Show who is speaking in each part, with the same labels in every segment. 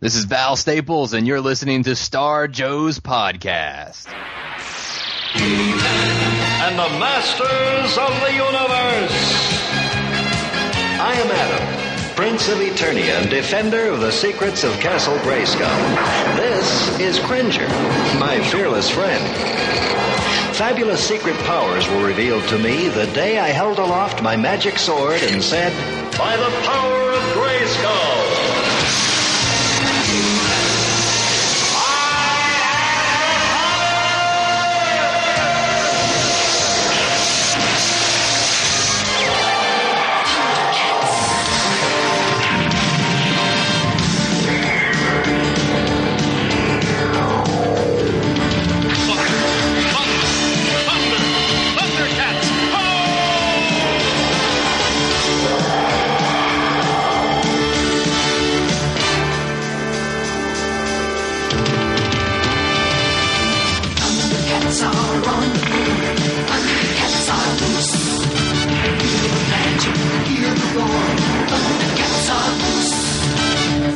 Speaker 1: This is Val Staples, and you're listening to Star Joe's podcast.
Speaker 2: and the masters of the universe. I am Adam, Prince of Eternia and defender of the secrets of Castle Grayskull. This is Cringer, my fearless friend. Fabulous secret powers were revealed to me the day I held aloft my magic sword and said, By the power of Grayskull!
Speaker 3: Cats are on, cats are loose. Hear the magic, hear the roar. Thundercats are loose.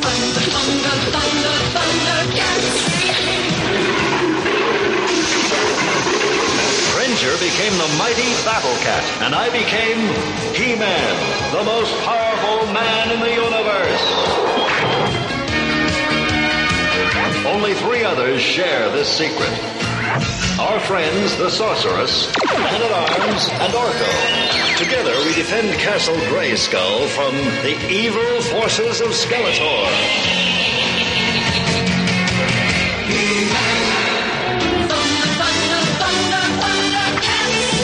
Speaker 3: Thunder, thunder, thunder, thundercats.
Speaker 2: Cringer became the mighty Battle Cat, and I became He-Man, the most powerful man in the universe. Only three others share this secret. Our friends, the Sorceress, Man-at-Arms, and Orko. Together, we defend Castle Grayskull from the evil forces of Skeletor.
Speaker 3: Thunder, thunder, thunder, thundercats.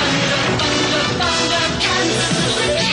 Speaker 3: Thunder, thunder, thundercats. Thunder, thunder, thunder, thundercats.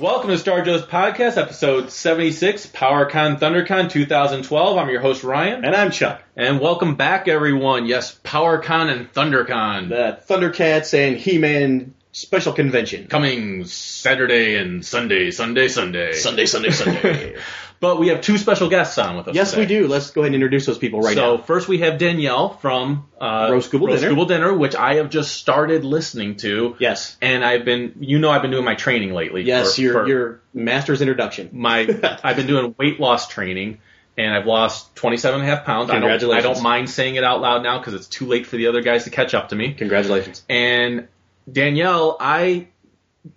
Speaker 4: Welcome to Star Joe's podcast, episode 76, PowerCon ThunderCon 2012. I'm your host, Ryan.
Speaker 5: And I'm Chuck.
Speaker 4: And welcome back, everyone. Yes, PowerCon and ThunderCon.
Speaker 5: The Thundercats and Uh, He-Man special convention.
Speaker 4: Coming Saturday and Sunday, Sunday, Sunday.
Speaker 5: Sunday, Sunday, Sunday.
Speaker 4: But we have two special guests on with us
Speaker 5: yes,
Speaker 4: today.
Speaker 5: we do. Let's go ahead and introduce those people right
Speaker 4: so
Speaker 5: now.
Speaker 4: first we have Danielle from uh,
Speaker 5: Roast Google Dinner.
Speaker 4: Google Dinner, which I have just started listening to.
Speaker 5: Yes.
Speaker 4: And I've been, you know, I've been doing my training lately.
Speaker 5: Yes,
Speaker 4: for-
Speaker 5: your
Speaker 4: for-
Speaker 5: your master's introduction.
Speaker 4: my I've been doing weight loss training and I've lost 27 and a half pounds. I don't-
Speaker 5: Congratulations.
Speaker 4: I don't, mind saying it out loud now because it's too late for the other guys to catch up to me.
Speaker 5: Congratulations.
Speaker 4: And Danielle, I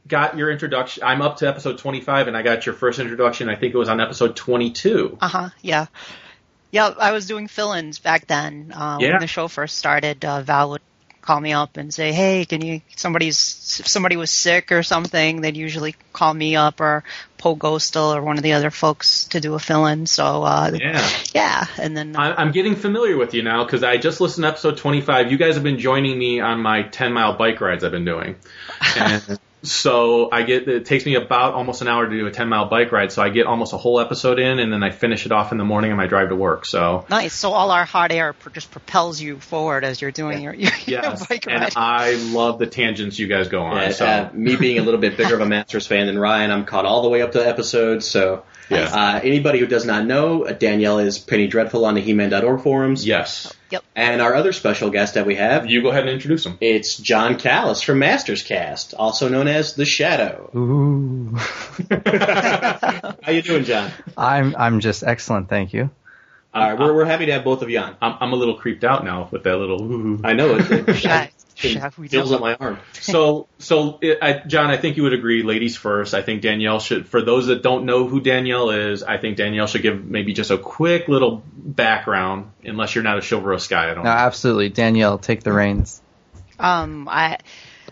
Speaker 4: got your introduction. I'm up to episode 25 and I got your first introduction. I think it was on episode 22.
Speaker 6: Uh huh. Yeah. Yeah, I was doing fill-ins back then. Uh,
Speaker 4: Yeah.
Speaker 6: When the show first started, uh, Val would call me up and say, "Hey, can you? Somebody's if somebody was sick or something. They'd usually call me up or Poe Ghostel or one of the other folks to do a fill-in. So uh,
Speaker 4: Yeah.
Speaker 6: yeah, and then uh,
Speaker 4: I- I'm getting familiar with you now because I just listened to episode 25. You guys have been joining me on my 10 mile bike rides I've been doing. And so I get it takes me about almost an hour to do a 10 mile bike ride. So I get almost a whole episode in, and then I finish it off in the morning on my drive to work. So
Speaker 6: nice. So all our hot air pro- just propels you forward as you're doing your, your,
Speaker 4: yes,
Speaker 6: your bike
Speaker 4: and
Speaker 6: ride.
Speaker 4: I love the tangents you guys go on.
Speaker 5: Uh,
Speaker 4: so
Speaker 5: uh, me being a little bit bigger of a Masters fan than Ryan, I'm caught all the way up to episodes. So,
Speaker 4: Yeah.
Speaker 5: uh, anybody who does not know, uh, Danielle is Penny Dreadful on the He-Man.org forums.
Speaker 4: yes,
Speaker 6: yep.
Speaker 5: And our other special guest that we have,
Speaker 4: you go ahead and introduce them.
Speaker 5: it's John Callis from Masters Cast, also known as the Shadow.
Speaker 7: Ooh.
Speaker 5: How you doing, John?
Speaker 7: I'm I'm just excellent, thank you.
Speaker 5: All right, we're, we're happy to have both of you on.
Speaker 4: I'm, I'm a little creeped out now with that little. ooh.
Speaker 5: I know it. it
Speaker 6: Yeah, yeah, we
Speaker 5: it fills
Speaker 6: know.
Speaker 5: up my arm.
Speaker 4: So, so it, I, John, I think you would agree. Ladies first. I think Danielle should. For those that don't know who Danielle is, I think Danielle should give maybe just a quick little background. Unless you're not a Chivalrous guy, I don't.
Speaker 7: No, absolutely. Danielle, take the reins.
Speaker 6: Um, I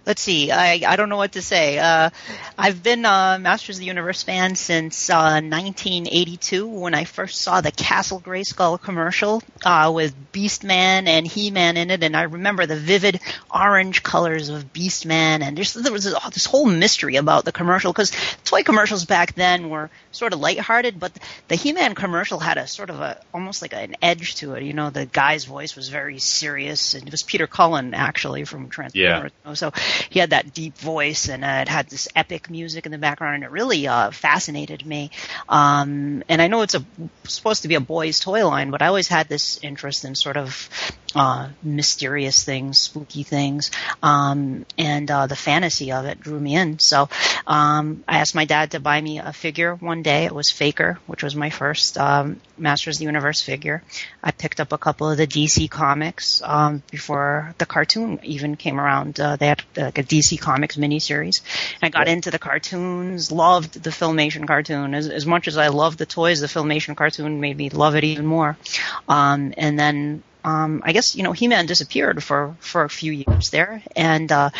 Speaker 6: let's see. I, I don't know what to say. Uh, I've been a Masters of the Universe fan since uh, 1982 when I first saw the Castle Grayskull commercial uh, with Beastman and He-Man in it, and I remember the vivid orange colors of Beastman, and there's, there was this, this whole mystery about the commercial because toy commercials back then were sort of lighthearted, but the He-Man commercial had a sort of a almost like an edge to it. You know, the guy's voice was very serious, and it was Peter Cullen actually from Transformers. Oh, So he had that deep voice, and uh, it had this epic music in the background, and it really uh, fascinated me. Um, and I know it's a supposed to be a boy's toy line, but I always had this interest in sort of uh, mysterious things, spooky things, um, and uh, the fantasy of it drew me in. So um, I asked my dad to buy me a figure one day. It was Faker, which was my first um, Masters of the Universe figure. I picked up a couple of the DC comics um, before the cartoon even came around. Uh, they had like a DC Comics miniseries, and I got into the cartoons. Loved the Filmation cartoon as, as much as I loved the toys. The Filmation cartoon made me love it even more. Um, and then um, I guess you know He-Man disappeared for for a few years there, and uh,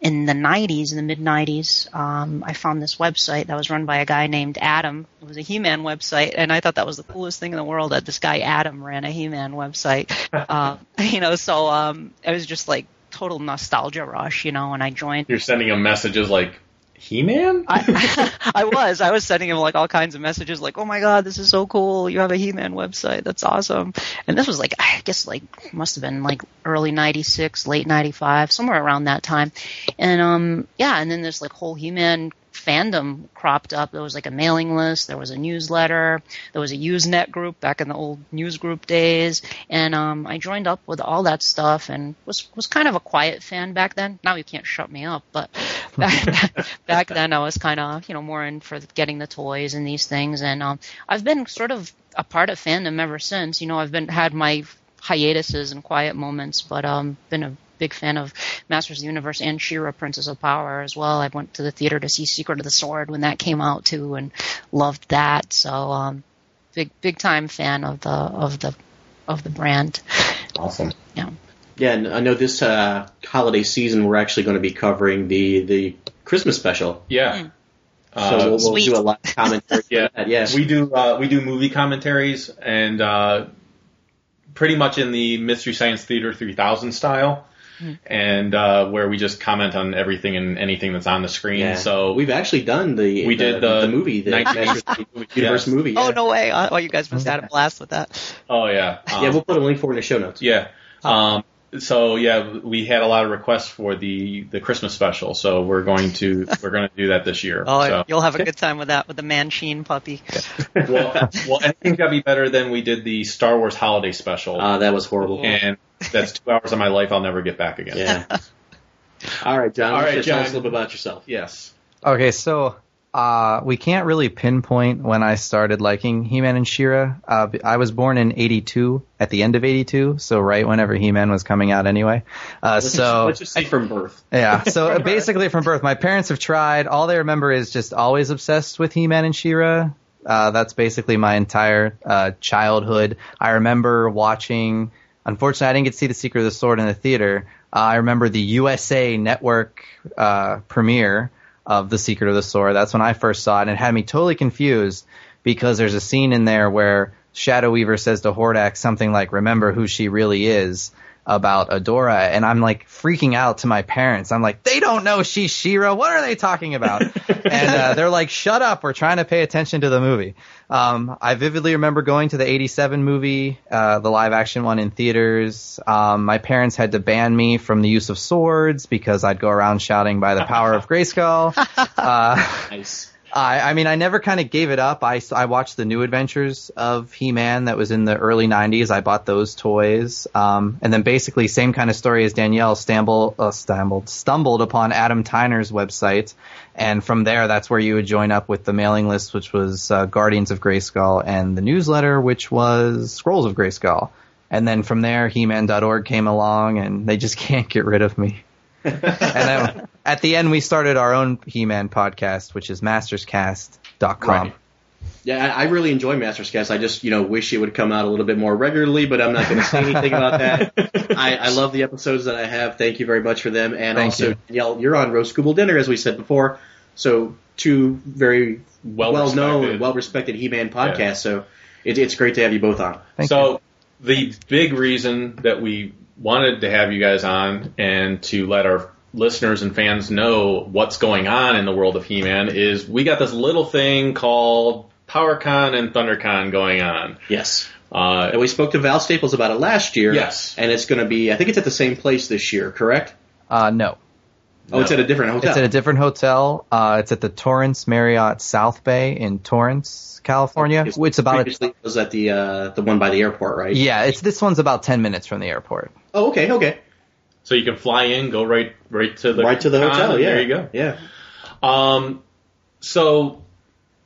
Speaker 6: in the 90s, in the mid 90s, um, I found this website that was run by a guy named Adam. It was a He Man website, and I thought that was the coolest thing in the world that this guy Adam ran a He Man website. uh, you know, so um, I was just like total nostalgia rush, you know, and I joined.
Speaker 4: You're sending him messages like He-Man.
Speaker 6: I, I was. I was sending him like all kinds of messages, like, "Oh my god, this is so cool! You have a He-Man website. That's awesome!" And this was like, I guess, like must have been like early '96, late '95, somewhere around that time. And um, yeah, and then this like whole He-Man fandom cropped up. There was like a mailing list. There was a newsletter. There was a Usenet group back in the old newsgroup days. And um, I joined up with all that stuff and was was kind of a quiet fan back then. Now you can't shut me up, but back, back then I was kind of you know more in for getting the toys and these things. And um, I've been sort of a part of fandom ever since. You know, I've been had my hiatuses and quiet moments, but um, been a big fan of Masters of the Universe and Shira, Princess of Power as well. I went to the theater to see Secret of the Sword when that came out too, and loved that. So, um, big big time fan of the of the of the brand.
Speaker 5: Awesome.
Speaker 6: Yeah.
Speaker 5: Yeah, and I know this uh, holiday season we're actually going to be covering the the Christmas special.
Speaker 4: yeah.
Speaker 5: so we'll, we'll
Speaker 6: Sweet.
Speaker 5: do a lot of commentary.
Speaker 4: Yeah.
Speaker 5: on that, yes.
Speaker 4: Uh, We do uh, we do movie commentaries and uh, pretty much in the Mystery Science Theater 3000 style, and uh, where we just comment on everything and anything that's on the screen.
Speaker 5: Yeah.
Speaker 4: So
Speaker 5: we've actually done the
Speaker 4: We
Speaker 5: the,
Speaker 4: did the
Speaker 5: movie the
Speaker 4: 19
Speaker 5: Masters of the Universe movie. Yeah.
Speaker 6: Oh no way! Uh, Oh, you guys must have had a blast with that.
Speaker 4: oh yeah, um,
Speaker 5: Yeah, we'll put a link for it in the show notes.
Speaker 4: yeah. Um, so yeah, we had a lot of requests for the the Christmas special. So we're going to we're going to do that this year.
Speaker 6: Oh,
Speaker 4: so.
Speaker 6: you'll have a good time with that with the Manchine puppy.
Speaker 4: well, well, I think that'd be better than we did the Star Wars holiday special,
Speaker 5: Uh, that was horrible.
Speaker 4: and that's two hours of my life I'll never get back again.
Speaker 5: Yeah. All right, John.
Speaker 4: All
Speaker 5: let's
Speaker 4: right,
Speaker 5: just
Speaker 4: John.
Speaker 5: Tell us a little bit about yourself.
Speaker 4: Yes.
Speaker 7: Okay, so uh, we can't really pinpoint when I started liking He-Man and She-Ra. Uh, b- I was born in '82, at the end of '82, so right whenever He-Man was coming out, anyway. Uh,
Speaker 5: Let's just,
Speaker 7: so
Speaker 5: let's just say from birth.
Speaker 7: yeah, so basically from birth, my parents have tried. All they remember is just always obsessed with He-Man and She-Ra. Uh, that's basically my entire uh, childhood. I remember watching. Unfortunately, I didn't get to see The Secret of the Sword in the theater. Uh, I remember the USA Network uh, premiere of The Secret of the Sword. That's when I first saw it, and it had me totally confused because there's a scene in there where Shadow Weaver says to Hordak something like, "Remember who she really is." About Adora, and I'm like freaking out to my parents. I'm like, they don't know she's Shira. What are they talking about? and uh, they're like, shut up. We're trying to pay attention to the movie. Um, I vividly remember going to the '87 movie, uh, the live action one in theaters. Um, my parents had to ban me from the use of swords because I'd go around shouting by the power of Grayskull.
Speaker 5: Nice.
Speaker 7: I, I mean, I never kind of gave it up. I, s- I watched the new adventures of He-Man that was in the early 90s. I bought those toys. Um, and then basically same kind of story as Danielle stumbled, uh, stumbled, stumbled upon Adam Tyner's website. And from there, that's where you would join up with the mailing list, which was uh, Guardians of Grayskull and the newsletter, which was Scrolls of Grayskull. And then from there, He-Man.org came along and they just can't get rid of me and then at the end, we started our own He-Man podcast, which is masterscast.com.
Speaker 4: Right.
Speaker 5: Yeah, I I really enjoy Master's Cast. I just, you know, wish it would come out a little bit more regularly, but I'm not going to say anything about that. I, I love the episodes that I have. Thank you very much for them. And
Speaker 7: Thank
Speaker 5: also,
Speaker 7: you.
Speaker 5: Danielle, you're on Roast Google Dinner, as we said before. So, two very well known
Speaker 4: Well-respected.
Speaker 5: and well respected He Man podcasts.
Speaker 4: Yeah.
Speaker 5: So, it, it's great to have you both on.
Speaker 7: Thank
Speaker 4: so the big reason that we wanted to have you guys on and to let our listeners and fans know what's going on in the world of He-Man is we got this little thing called PowerCon and ThunderCon going on.
Speaker 5: Yes.
Speaker 4: Uh,
Speaker 5: And we spoke to Val Staples about it last year.
Speaker 4: Yes.
Speaker 5: And it's going to be, I think it's at the same place this year, correct?
Speaker 7: Uh, no.
Speaker 5: Oh, it's at a different hotel.
Speaker 7: It's at a different hotel. Uh, it's at the Torrance Marriott South Bay in Torrance, California.
Speaker 5: It's-
Speaker 7: It's about a,
Speaker 5: Previously, it was at the uh, the one by the airport, right?
Speaker 7: yeah. It's this one's about ten minutes from the airport.
Speaker 5: Oh, okay, okay.
Speaker 4: so you can fly in, go right right to the
Speaker 5: right to the
Speaker 4: con,
Speaker 5: hotel.
Speaker 4: and
Speaker 5: Yeah,
Speaker 4: there you go.
Speaker 5: Yeah,
Speaker 4: Um, so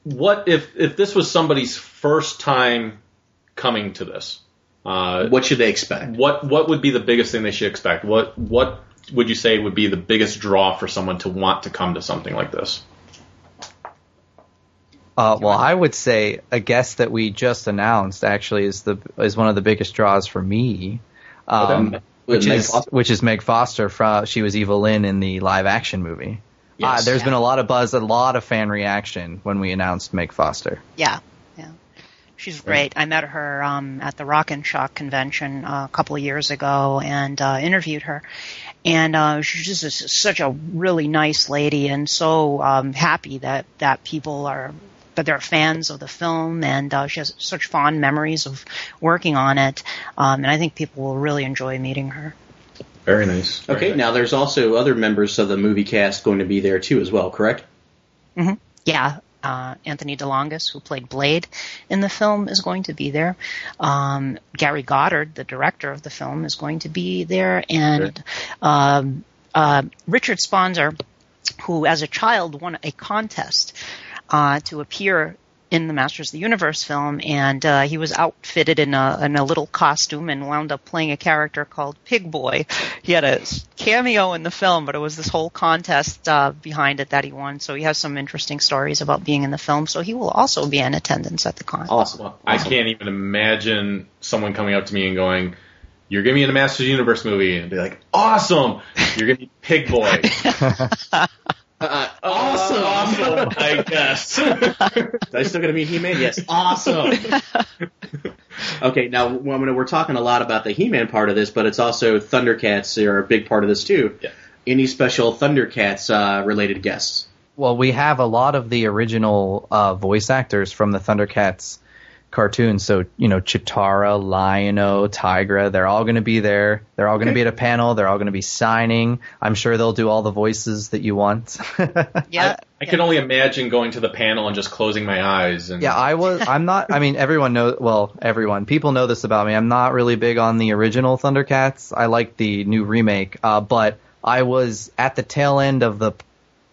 Speaker 4: what if if this was somebody's first time coming to this? Uh,
Speaker 5: what should they expect?
Speaker 4: what what would be the biggest thing they should expect? What what would you say would be the biggest draw for someone to want to come to something like this?
Speaker 7: Uh, well, I would say a guest that we just announced actually is the is one of the biggest draws for me, um,
Speaker 5: Okay.
Speaker 7: which
Speaker 5: Meg
Speaker 7: is
Speaker 5: Foster?
Speaker 7: which is Meg Foster from she was Evil Lynn in the live action movie.
Speaker 5: Yes.
Speaker 7: Uh, there's been a lot of buzz, a lot of fan reaction when we announced Meg Foster.
Speaker 6: Yeah, yeah. She's great. I met her um, at the Rock and Shock convention uh, a couple of years ago and uh, interviewed her. And uh, she's just a- such a really nice lady, and so um, happy that that people are that they're fans of the film, and uh, she has such fond memories of working on it. Um, and I think people will really enjoy meeting her.
Speaker 4: Very nice.
Speaker 5: Okay, now there's also other members of the movie cast going to be there too, as well. Correct?
Speaker 6: yeah, uh, Anthony DeLongis, who played Blade in the film, is going to be there. Um, Gary Goddard, the director of the film, is going to be there, and um, uh, Richard Sponsor, who as a child won a contest uh, to appear in the Masters of the Universe film, and uh, he was outfitted in a in a little costume and wound up playing a character called Pig Boy. He had a s- cameo in the film, but it was this whole contest uh, behind it that he won. So he has some interesting stories about being in the film. So he will also be in attendance at the con.
Speaker 5: Awesome.
Speaker 4: Well, I can't even imagine someone coming up to me and going, "You're gonna be in a Masters of the Universe movie," and I'd be like, "Awesome! You're gonna be Pig Boy." Uh,
Speaker 5: awesome.
Speaker 4: awesome, I guess.
Speaker 5: Are I still going to meet He-Man? Yes. Awesome. okay, now well, I mean, we're talking a lot about the He-Man part of this, but it's also Thundercats are a big part of this too.
Speaker 4: Yeah.
Speaker 5: Any special Thundercats uh, related guests?
Speaker 7: Well, we have a lot of the original uh, voice actors from the Thundercats cartoons. So, you know, Chitara, Lion-O, Tigra, they're all going to be there. They're all going to be at a panel. They're all going to be signing. I'm sure they'll do all the voices that you want.
Speaker 6: yeah,
Speaker 4: I can only imagine going to the panel and just closing my eyes and
Speaker 7: yeah, I was I'm not I mean, everyone knows well, everyone. People know this about me. I'm not really big on the original Thundercats. I like the new remake. Uh, but I was at the tail end of the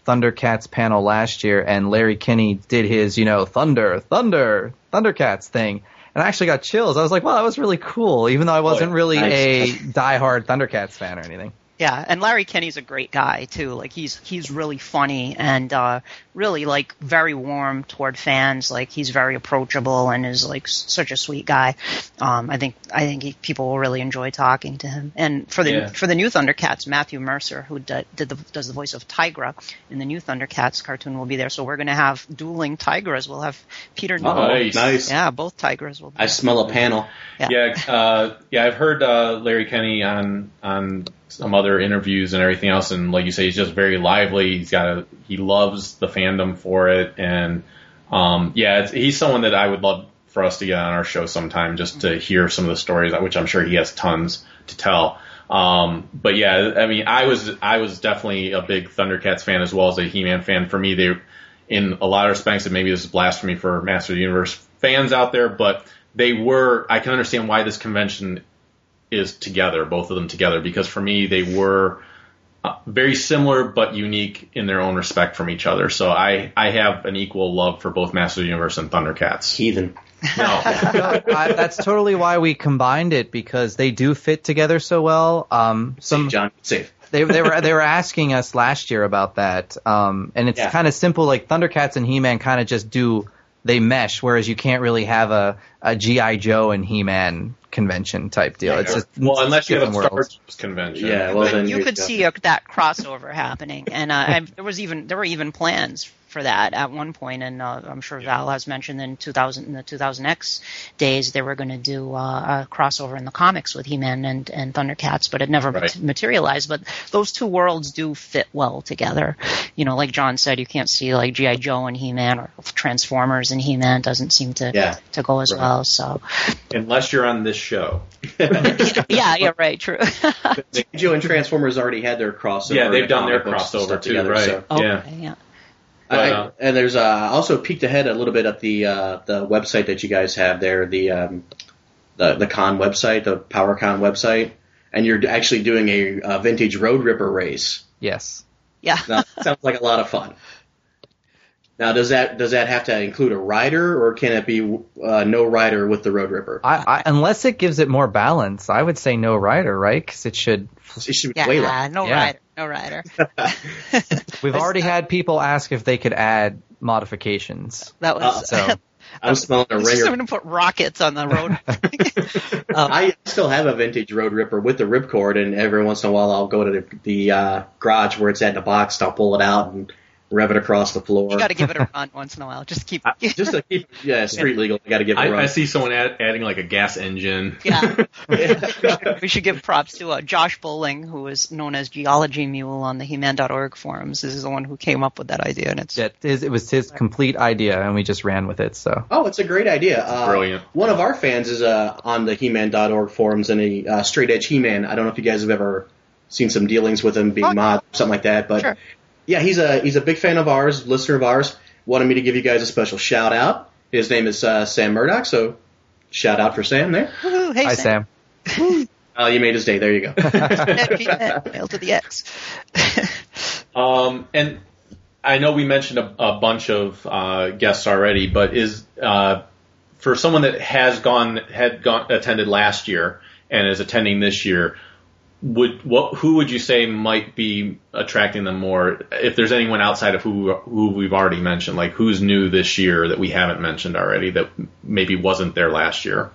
Speaker 7: Thundercats panel last year, and Larry Kinney did his, you know, Thunder, Thunder, Thundercats thing. And I actually got chills. I was like, wow, that was really cool, even though I wasn't really
Speaker 5: nice.
Speaker 7: a diehard Thundercats fan or anything.
Speaker 6: Yeah, and Larry Kenny's a great guy too. Like he's he's really funny and uh, really like very warm toward fans. Like he's very approachable and is like s- such a sweet guy. Um, I think I think he, people will really enjoy talking to him. And for the
Speaker 4: Yeah.
Speaker 6: for the new Thundercats, Matthew Mercer, who d- did the, does the voice of Tigra in the new Thundercats cartoon, will be there. So we're going to have dueling Tigras. We'll have Peter. Newell.
Speaker 4: Nice.
Speaker 5: nice.
Speaker 6: Yeah, both Tigras will. be
Speaker 5: I
Speaker 6: there.
Speaker 5: smell a panel.
Speaker 4: Yeah, uh, yeah. I've heard uh, Larry Kenny on on some other interviews and everything else, and like you say, he's just very lively. He's got a he loves the fandom for it, and um, yeah, it's, he's someone that I would love for us to get on our show sometime just to hear some of the stories, which I'm sure he has tons to tell. Um, but yeah, I mean, I was I was definitely a big Thundercats fan as well as a He-Man fan. For me, they in a lot of respects, and maybe this is blasphemy for Master of the Universe fans out there, but they were. I can understand why this convention is together, both of them together, because for me they were uh, very similar but unique in their own respect from each other. So I I have an equal love for both Master of the Universe and Thundercats.
Speaker 5: Heathen.
Speaker 4: No,
Speaker 7: no, I, that's totally why we combined it because they do fit together so well. Um, some
Speaker 5: John, safe.
Speaker 7: they they were they were asking us last year about that, um, and it's
Speaker 5: Yeah.
Speaker 7: kind of simple. Like Thundercats and He Man kind of just do they mesh. Whereas you can't really have a, a GI Joe and He Man convention type deal. It's just
Speaker 4: well, unless you have a
Speaker 7: different
Speaker 4: Star
Speaker 7: worlds.
Speaker 4: Wars convention.
Speaker 5: Yeah, Uh, well then
Speaker 6: you
Speaker 5: you're
Speaker 6: could
Speaker 5: just-
Speaker 6: see a, that crossover happening, and uh, I, there was even there were even plans for that at one point, and uh, I'm sure Val has mentioned in 2000 in the 2000X days they were going to do uh, a crossover in the comics with He-Man and and Thundercats, but it never
Speaker 4: Right.
Speaker 6: mat- materialized. But those two worlds do fit well together. You know, like John said, you can't see like GI Joe and He-Man or Transformers and He-Man doesn't seem to
Speaker 5: Yeah.
Speaker 6: to go as
Speaker 4: Right.
Speaker 6: well. So
Speaker 4: Unless you're on this show.
Speaker 6: yeah, yeah, right, true.
Speaker 5: Joe and Transformers already had their crossover.
Speaker 4: yeah,
Speaker 5: in
Speaker 4: they've
Speaker 5: the
Speaker 4: done their
Speaker 5: comic books and
Speaker 4: crossover
Speaker 5: stuff
Speaker 4: too,
Speaker 5: together,
Speaker 4: right?
Speaker 5: so-
Speaker 4: Yeah.
Speaker 6: Okay, yeah.
Speaker 5: I-
Speaker 4: Wow.
Speaker 5: and there's uh, I also peeked ahead a little bit at the uh, the website that you guys have there, the um, the the con website, the PowerCon website, and you're actually doing a, uh vintage Road Ripper race.
Speaker 7: Yes.
Speaker 6: Yeah.
Speaker 5: Now, that sounds like a lot of fun. Now, does that does that have to include a rider, or can it be uh, no rider with the Road Ripper?
Speaker 7: I, I, unless it gives it more balance, I would say no rider, right? Because it should.
Speaker 5: It should be
Speaker 6: Yeah,
Speaker 5: way less.
Speaker 6: no
Speaker 7: Yeah.
Speaker 6: rider, no rider.
Speaker 7: We've already had people ask if they could add modifications.
Speaker 6: That was.
Speaker 7: So
Speaker 5: I'm smelling a
Speaker 6: It's just
Speaker 5: ringer.
Speaker 6: going to put rockets on the road. Um,
Speaker 5: I still have a vintage Road Ripper with the ripcord, and every once in a while I'll go to the, the uh, garage where it's at in the box, and I'll pull it out and rev it across the floor.
Speaker 6: you got to give it a run once in a while. Just keep.
Speaker 5: Just to keep yeah, street legal, I got to give it a
Speaker 4: I,
Speaker 5: run.
Speaker 4: I see someone add, adding like a gas engine.
Speaker 6: yeah. we should give props to uh, Josh Bowling, who is known as Geology Mule on the He-Man.org forums. This is the one who came up with that idea, and it's
Speaker 7: that is, it was his complete idea, and we just ran with it. So
Speaker 5: Oh, it's a great idea. Uh,
Speaker 4: brilliant.
Speaker 5: One of our fans is uh, on the He-Man.org forums and a uh, straight edge He-Man. I don't know if you guys have ever seen some dealings with him being
Speaker 6: Oh, yeah.
Speaker 5: mod, something like that. But
Speaker 6: Sure.
Speaker 5: yeah, he's a he's a big fan of ours, listener of ours. Wanted me to give you guys a special shout out. His name is uh, Sam Murdoch, so shout out for Sam there.
Speaker 6: Woohoo, hey
Speaker 7: hi,
Speaker 6: Sam,
Speaker 7: Sam.
Speaker 5: Oh, you made his day. There you go.
Speaker 6: He-Man, Hail to the X.
Speaker 4: Um, and I know we mentioned a, a bunch of uh, guests already, but is uh, for someone that has gone had gone attended last year and is attending this year, would what who would you say might be attracting them more? If there's anyone outside of who who we've already mentioned, like who's new this year that we haven't mentioned already that maybe wasn't there last year?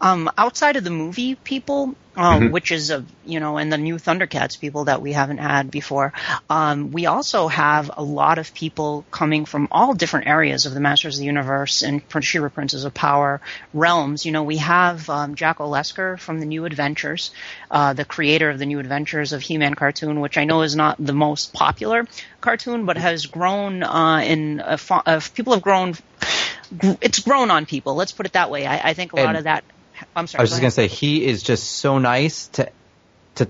Speaker 6: um, outside of the movie people, um, which is a you know, and the new Thundercats people that we haven't had before, um, we also have a lot of people coming from all different areas of the Masters of the Universe and Prin- She-Ra Princes of Power realms. You know, we have um, Jack Olesker from the New Adventures, uh, the creator of the New Adventures of He-Man cartoon, which I know is not the most popular cartoon, but has grown uh, in a fo- uh, people have grown. It's grown on people. Let's put it that way. I, I think a lot
Speaker 7: And-
Speaker 6: of that I'm sorry.
Speaker 7: I was just
Speaker 6: go
Speaker 7: gonna
Speaker 6: ahead.
Speaker 7: say he is just so nice to to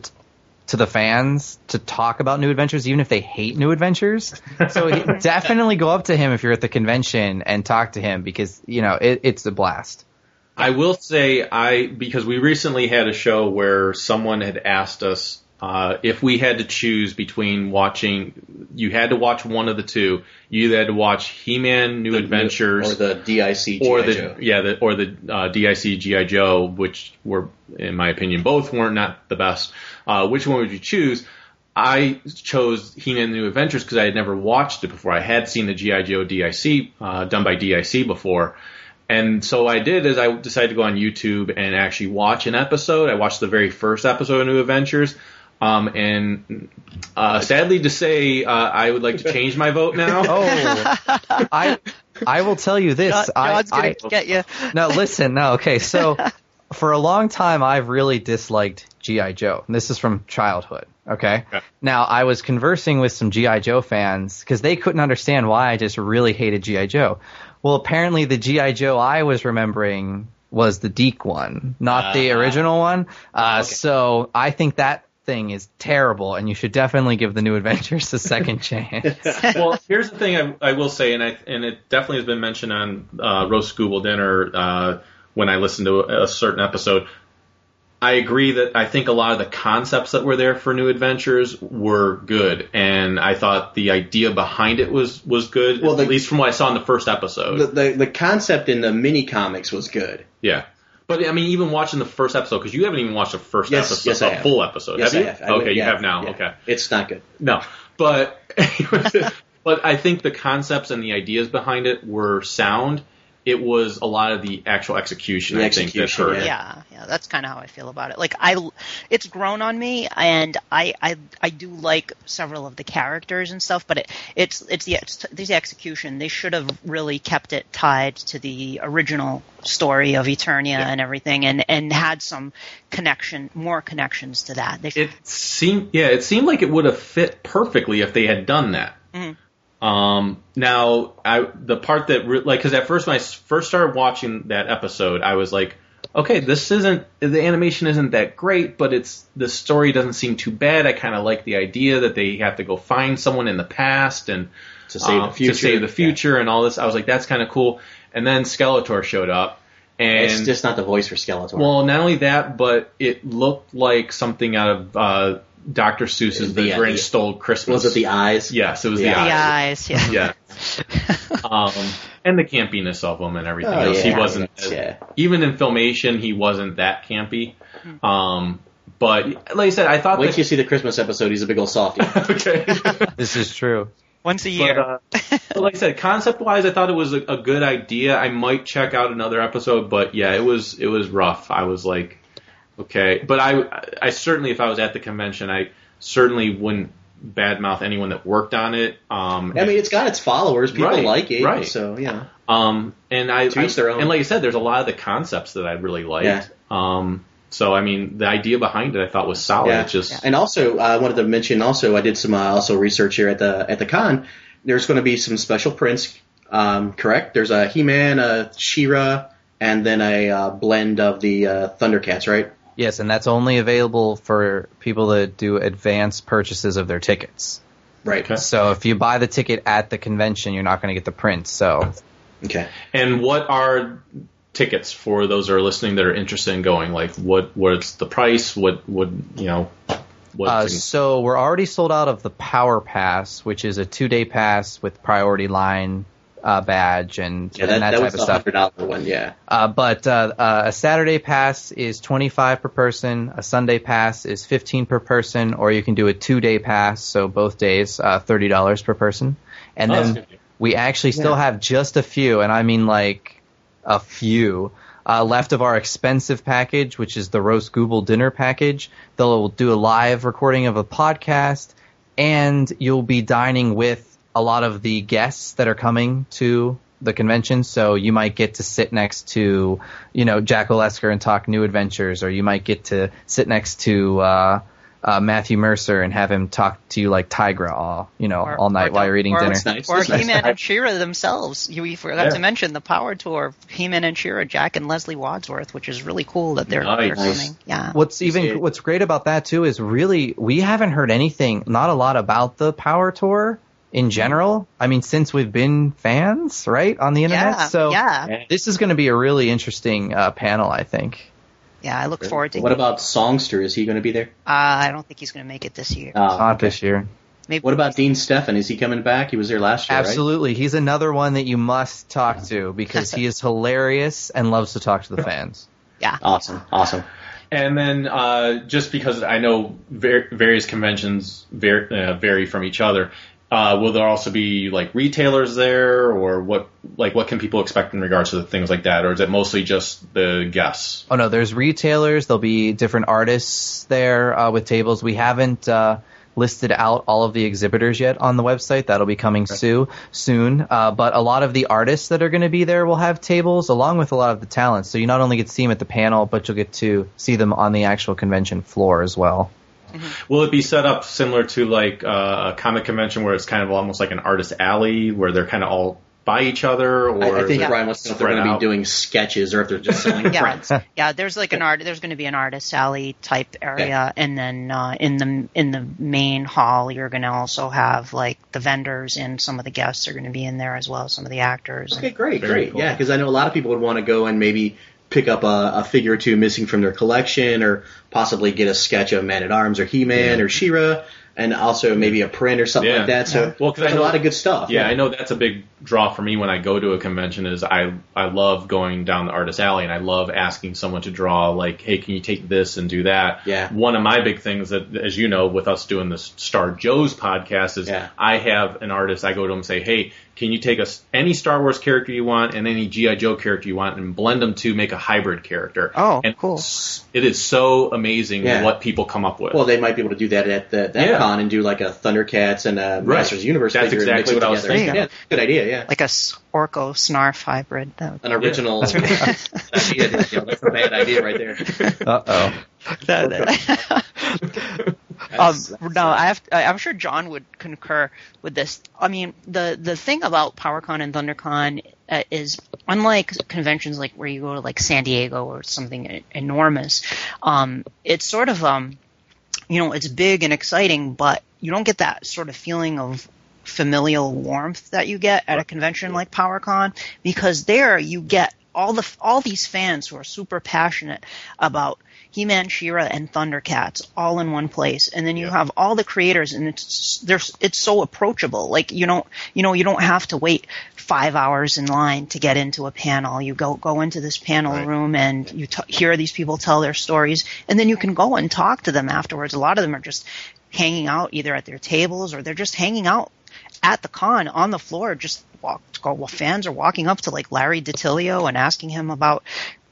Speaker 7: to the fans to talk about new adventures, even if they hate new adventures. So he, definitely go up to him if you're at the convention and talk to him because you know it, it's a blast.
Speaker 4: I will say I because we recently had a show where someone had asked us uh, if we had to choose between watching. You had to watch one of the two. You either had to watch He-Man: New Adventures
Speaker 5: or the DIC
Speaker 4: or
Speaker 5: G.I.
Speaker 4: the
Speaker 5: Joe.
Speaker 4: yeah the, or the uh, DIC GI Joe, which were in my opinion both weren't not the best. Uh, which one would you choose? I chose He-Man: New Adventures because I had never watched it before. I had seen the GI Joe DIC uh, done by DIC before, and so I did is I decided to go on YouTube and actually watch an episode. I watched the very first episode of New Adventures. Um, and uh, sadly to say, uh, I would like to change my vote now.
Speaker 7: Oh, I I will tell you this.
Speaker 6: John-
Speaker 7: I,
Speaker 6: John's gonna
Speaker 7: I-
Speaker 6: get you.
Speaker 7: no, listen, no, okay. So for a long time, I've really disliked GI Joe. And this is from childhood. Okay.
Speaker 4: Okay.
Speaker 7: Now I was conversing with some GI Joe fans because they couldn't understand why I just really hated GI Joe. Well, apparently the GI Joe I was remembering was the Deke one, not the original one. Uh, So I think that thing is terrible, and you should definitely give the New Adventures a second chance.
Speaker 4: well, here's the thing I, I will say, and I and it definitely has been mentioned on uh, roast Google dinner uh, when I listened to a certain episode. I agree that I think a lot of the concepts that were there for New Adventures were good, and I thought the idea behind it was was good.
Speaker 5: Well,
Speaker 4: Well,
Speaker 5: the-
Speaker 4: at least from what I saw in the first episode.
Speaker 5: The, the the concept in the mini comics was good.
Speaker 4: yeah. But I mean, even watching the first episode, because you haven't even watched the first
Speaker 5: Yes,
Speaker 4: episode,
Speaker 5: yes, I
Speaker 4: a
Speaker 5: have.
Speaker 4: full episode,
Speaker 5: Yes,
Speaker 4: have you?
Speaker 5: I have. I
Speaker 4: okay,
Speaker 5: would-
Speaker 4: you
Speaker 5: yeah,
Speaker 4: have now.
Speaker 5: yeah.
Speaker 4: Okay.
Speaker 5: it's not good.
Speaker 4: No, but but I think the concepts and the ideas behind it were sound. It was a lot of the actual execution.
Speaker 5: The
Speaker 4: I think that
Speaker 5: execution,
Speaker 4: hurt.
Speaker 5: Yeah.
Speaker 6: yeah yeah that's kind of how i feel about it like i it's grown on me and i i, I do like several of the characters and stuff but it it's it's the it's the execution they should have really kept it tied to the original story of eternia and everything and and had some connection more connections to that they
Speaker 4: It seemed yeah, it seemed like it would have fit perfectly if they had done that.
Speaker 5: Mm-hmm.
Speaker 4: Um, now I the part that re- like because at first when I s- first started watching that episode, I was like, okay, this isn't the animation isn't that great, but it's the story doesn't seem too bad. I kind of like the idea that they have to go find someone in the past and
Speaker 5: To save
Speaker 4: uh,
Speaker 5: the future.
Speaker 4: to save the future and all this. I was like, that's kind of cool. And then Skeletor showed up.
Speaker 5: Yeah.
Speaker 4: And
Speaker 5: It's just not the voice for Skeletor.
Speaker 4: well, not only that, but it looked like something out of uh, Dr. Seuss's The,
Speaker 5: The, uh,
Speaker 4: Grinch
Speaker 5: the-
Speaker 4: Stole Christmas.
Speaker 5: was it the eyes?
Speaker 4: Yes, it was
Speaker 5: The
Speaker 4: the
Speaker 6: the uh,
Speaker 4: eyes.
Speaker 6: eyes yeah
Speaker 4: Yeah. um, and the campiness of him and everything
Speaker 5: Oh,
Speaker 4: else.
Speaker 5: yeah,
Speaker 4: he wasn't
Speaker 5: that's- yeah.
Speaker 4: even in filmation. He wasn't that campy. Um, but like I said, I thought
Speaker 5: Wait
Speaker 4: that
Speaker 5: till you see the Christmas episode. He's a big old softie.
Speaker 4: okay.
Speaker 7: This is true.
Speaker 6: once a year
Speaker 4: But, uh, but like I said, concept wise, I thought it was a, a good idea. I might check out another episode, but yeah, it was it was rough. I was like, okay, but I I certainly if I was at the convention, I certainly wouldn't badmouth anyone that worked on it. Um,
Speaker 5: I mean, it's got its followers. People
Speaker 4: Right,
Speaker 5: like it.
Speaker 4: right.
Speaker 5: So yeah,
Speaker 4: um, and I,
Speaker 5: To each their own.
Speaker 4: and like I said, there's a lot of the concepts that I really liked.
Speaker 5: Yeah.
Speaker 4: Um, so I mean, the idea behind it I thought was solid.
Speaker 5: yeah.
Speaker 4: It's just
Speaker 5: and also uh, I wanted to mention. Also, I did some uh, also research here at the at the con. There's going to be some special prints. Um, correct. There's a He-Man, a She-Ra, and then a uh, blend of the uh, Thundercats. Right.
Speaker 7: Yes, and that's only available for people that do advanced purchases of their tickets.
Speaker 5: Right.
Speaker 4: Okay.
Speaker 7: So if you buy the ticket at the convention, you're not going to get the prints. So
Speaker 5: okay.
Speaker 4: And what are tickets for those that are listening that are interested in going? Like, what what's the price? What what you know?
Speaker 7: Uh,
Speaker 4: What's
Speaker 7: so we're already sold out of the Power Pass, which is a two-day pass with priority line uh, badge and,
Speaker 5: Yeah,
Speaker 7: and
Speaker 5: that, that
Speaker 7: that, type
Speaker 5: was
Speaker 7: of
Speaker 5: the
Speaker 7: stuff.
Speaker 5: hundred dollar one. Yeah.
Speaker 7: Uh, but uh, uh, a Saturday pass is 25 per person. A Sunday pass is 15 per person, or you can do a two-day pass, so both days, uh, $30 per person. And
Speaker 4: Oh, that's
Speaker 7: then
Speaker 4: good.
Speaker 7: we actually still have just a few, and I mean like a few. Uh, left of our expensive package, which is the roast Google dinner package, they'll do a live recording of a podcast, and you'll be dining with a lot of the guests that are coming to the convention. So you might get to sit next to, you know, Jack Olesker and talk new adventures, or you might get to sit next to uh, uh, Matthew Mercer and have him talk to you like Tigra all, you know,
Speaker 6: Or-
Speaker 7: all night
Speaker 6: or
Speaker 7: while
Speaker 6: don't-
Speaker 7: you're eating
Speaker 6: or-
Speaker 7: dinner.
Speaker 5: nice.
Speaker 6: Or
Speaker 5: That's nice.
Speaker 6: He-Man and She-Ra themselves. You, we forgot
Speaker 4: Yeah.
Speaker 6: to mention the power tour of He-Man and She-Ra, Jack and Leslie Wadsworth, which is really cool that they're,
Speaker 4: Nice.
Speaker 6: they're coming. Yeah.
Speaker 7: What's
Speaker 5: Yeah.
Speaker 7: even what's great about that too is really we haven't heard anything, not a lot about the Power Tour in general. I mean, since we've been fans, right, on the internet.
Speaker 6: Yeah,
Speaker 7: so
Speaker 6: yeah.
Speaker 7: this is going to be a really interesting uh, panel, I think.
Speaker 6: Yeah, I look forward to
Speaker 5: What about Songster? Is he going to be there?
Speaker 6: uh, I don't think he's going to make it this year.
Speaker 5: Uh,
Speaker 7: Not this year.
Speaker 6: Maybe
Speaker 5: What about Dean Stefan? Is he coming back? He was there last year, right?
Speaker 7: Absolutely, he's another one that you must talk to because he is hilarious and loves to talk to the fans.
Speaker 6: Yeah.
Speaker 5: Awesome, awesome.
Speaker 4: and then uh, just because I know var- various conventions var- uh, vary from each other, uh, will there also be like retailers there, or what? Like, what can people expect in regards to things like that, or is it mostly just the guests?
Speaker 7: Oh no, there's retailers. There'll be different artists there uh, with tables. We haven't uh, listed out all of the exhibitors yet on the website. That'll be coming soon. Soon, uh, but a lot of the artists that are going to be there will have tables, along with a lot of the talents. So you not only get to see them at the panel, but you'll get to see them on the actual convention floor as well.
Speaker 4: Will it be set up similar to like uh, a comic convention where it's kind of almost like an artist alley where they're kind of all by each other? Or
Speaker 5: I, I
Speaker 4: is
Speaker 5: think
Speaker 4: it
Speaker 5: Brian wants to know if they're
Speaker 4: spread
Speaker 5: going to be
Speaker 4: out?
Speaker 5: doing sketches or if they're just selling
Speaker 6: yeah,
Speaker 5: prints.
Speaker 6: yeah. There's like an art. There's going to be an artist alley type area, and then uh, in the in the main hall, you're going to also have like the vendors and some of the guests are going to be in there as well. Some of the actors.
Speaker 5: Okay, great,
Speaker 4: Very
Speaker 5: great.
Speaker 4: cool.
Speaker 5: Yeah, because I know a lot of people would want to go and maybe pick up a, a figure or two missing from their collection, or possibly get a sketch of Man at Arms or He Man or She Ra. and also maybe a print or something
Speaker 4: Yeah.
Speaker 5: like that. So
Speaker 4: Well, 'cause I
Speaker 5: there's a
Speaker 4: know-
Speaker 5: lot of good stuff.
Speaker 4: Yeah, I know that's a big draw for me when I go to a convention is I I love going down the artist alley and I love asking someone to draw like, hey, can you take this and do that?
Speaker 5: Yeah.
Speaker 4: One of my big things that, as you know, with us doing this Star Joe's podcast is
Speaker 5: Yeah.
Speaker 4: I have an artist. I go to him and say, hey, can you take us any Star Wars character you want and any GI Joe character you want and blend them to make a hybrid character?
Speaker 6: Oh,
Speaker 4: and
Speaker 6: cool.
Speaker 4: it's- It is so amazing
Speaker 5: Yeah.
Speaker 4: what people come up with.
Speaker 5: Well, they might be able to do that at the, that
Speaker 4: Yeah.
Speaker 5: con and do like a Thundercats and a
Speaker 4: Right.
Speaker 5: Masters Universe.
Speaker 4: That's
Speaker 5: figure and mix
Speaker 4: exactly
Speaker 5: it
Speaker 4: what I was
Speaker 5: together.
Speaker 6: thinking.
Speaker 5: Yeah, good idea. Yeah,
Speaker 6: like a s- Orco Snarf hybrid. That would,
Speaker 5: an original. idea, you know, that's a bad idea right there.
Speaker 7: Uh oh.
Speaker 6: um,
Speaker 5: That's-
Speaker 6: no, I have, I- I'm sure John would concur with this. I mean, the the thing about PowerCon and ThunderCon uh, is unlike conventions like where you go to like San Diego or something e- enormous. Um, it's sort of um, you know, it's big and exciting, but you don't get that sort of feeling of familial warmth that you get at a convention like PowerCon because there you get all the all these fans who are super passionate about He-Man, She-Ra, and Thundercats all in one place, and then you have all the creators, and it's there's it's so approachable. Like you don't you know you don't have to wait five hours in line to get into a panel. You go go into this panel room and you t- hear these people tell their stories, and then you can go and talk to them afterwards. A lot of them are just hanging out either at their tables or they're just hanging out at the con on the floor just walk go well fans are walking up to like Larry DiTilio and asking him about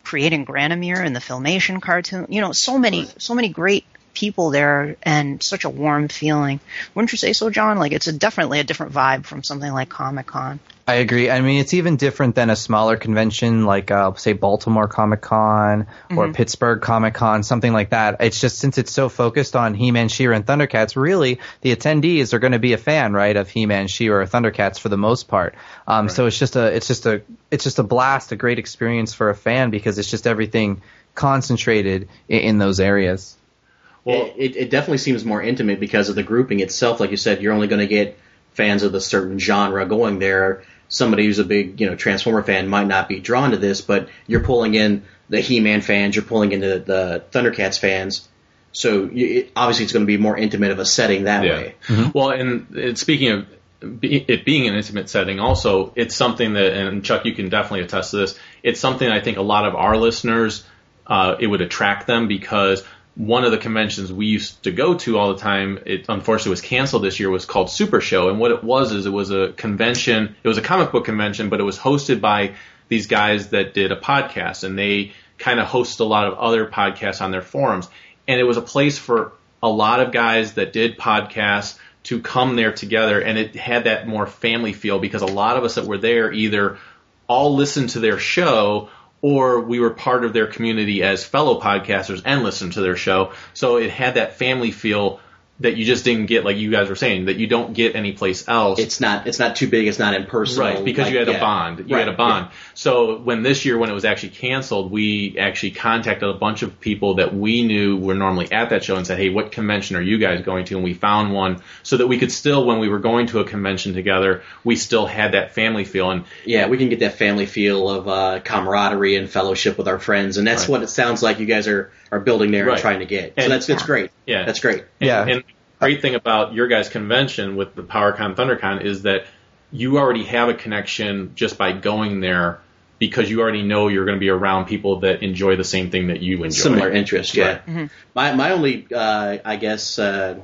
Speaker 6: creating Granomir and the filmation cartoon you know so many so many great people there and such a warm feeling wouldn't you say so John like it's a, definitely a different vibe from something like Comic Con
Speaker 7: I agree. I mean, it's even different than a smaller convention like, uh, say, Baltimore Comic Con
Speaker 6: Mm-hmm.
Speaker 7: or Pittsburgh Comic Con, something like that. It's just since it's so focused on He-Man, She-Ra, and Thundercats, really the attendees are going to be a fan, right, of He-Man, She-Ra, or Thundercats for the most part. Um, so it's just a, it's just a, it's just a blast, a great experience for a fan because it's just everything concentrated in, in those areas.
Speaker 4: Well-
Speaker 5: it, it, it definitely seems more intimate because of the grouping itself. Like you said, you're only going to get fans of the certain genre going there. Somebody who's a big, you know, Transformer fan might not be drawn to this, but you're pulling in the He-Man fans, you're pulling in the, the Thundercats fans. So you, it, obviously, it's going to be more intimate of a setting that
Speaker 4: Yeah.
Speaker 5: way.
Speaker 4: Well, and it, speaking of be- it being an intimate setting, also it's something that, and Chuck, you can definitely attest to this. It's something I think a lot of our listeners uh, it would attract them because one of the conventions we used to go to all the time, it unfortunately was canceled this year, was called Super Show, and what it was is it was a convention, it was a comic book convention, but it was hosted by these guys that did a podcast, and they kind of host a lot of other podcasts on their forums, and it was a place for a lot of guys that did podcasts to come there together and it had that more family feel because a lot of us that were there either all listened to their show or we were part of their community as fellow podcasters and listened to their show so it had that family feel that you just didn't get like you guys were saying that you don't get anyplace else
Speaker 5: It's not it's not too big. It's not impersonal.
Speaker 4: Right, because
Speaker 5: like,
Speaker 4: you had
Speaker 5: yeah.
Speaker 4: a bond. You had
Speaker 5: Right,
Speaker 4: a bond. So when this year, when it was actually canceled, we actually contacted a bunch of people that we knew were normally at that show and said, "Hey, what convention are you guys going to?" And we found one so that we could still, when we were going to a convention together, we still had that family feel. And
Speaker 5: yeah, we can get that family feel of uh, camaraderie and fellowship with our friends, and that's
Speaker 4: Right.
Speaker 5: what it sounds like you guys are, are building there
Speaker 4: Right.
Speaker 5: and trying to get. so
Speaker 4: And-
Speaker 5: that's that's great.
Speaker 4: Yeah.
Speaker 5: that's great.
Speaker 7: Yeah.
Speaker 4: And, and the great thing about your guys' convention with the PowerCon ThunderCon is that you already have a connection just by going there because you already know you're going to be around people that enjoy the same thing that you enjoy.
Speaker 5: Similar interest, yeah.
Speaker 6: Mm-hmm.
Speaker 5: My my only, uh, I guess, uh,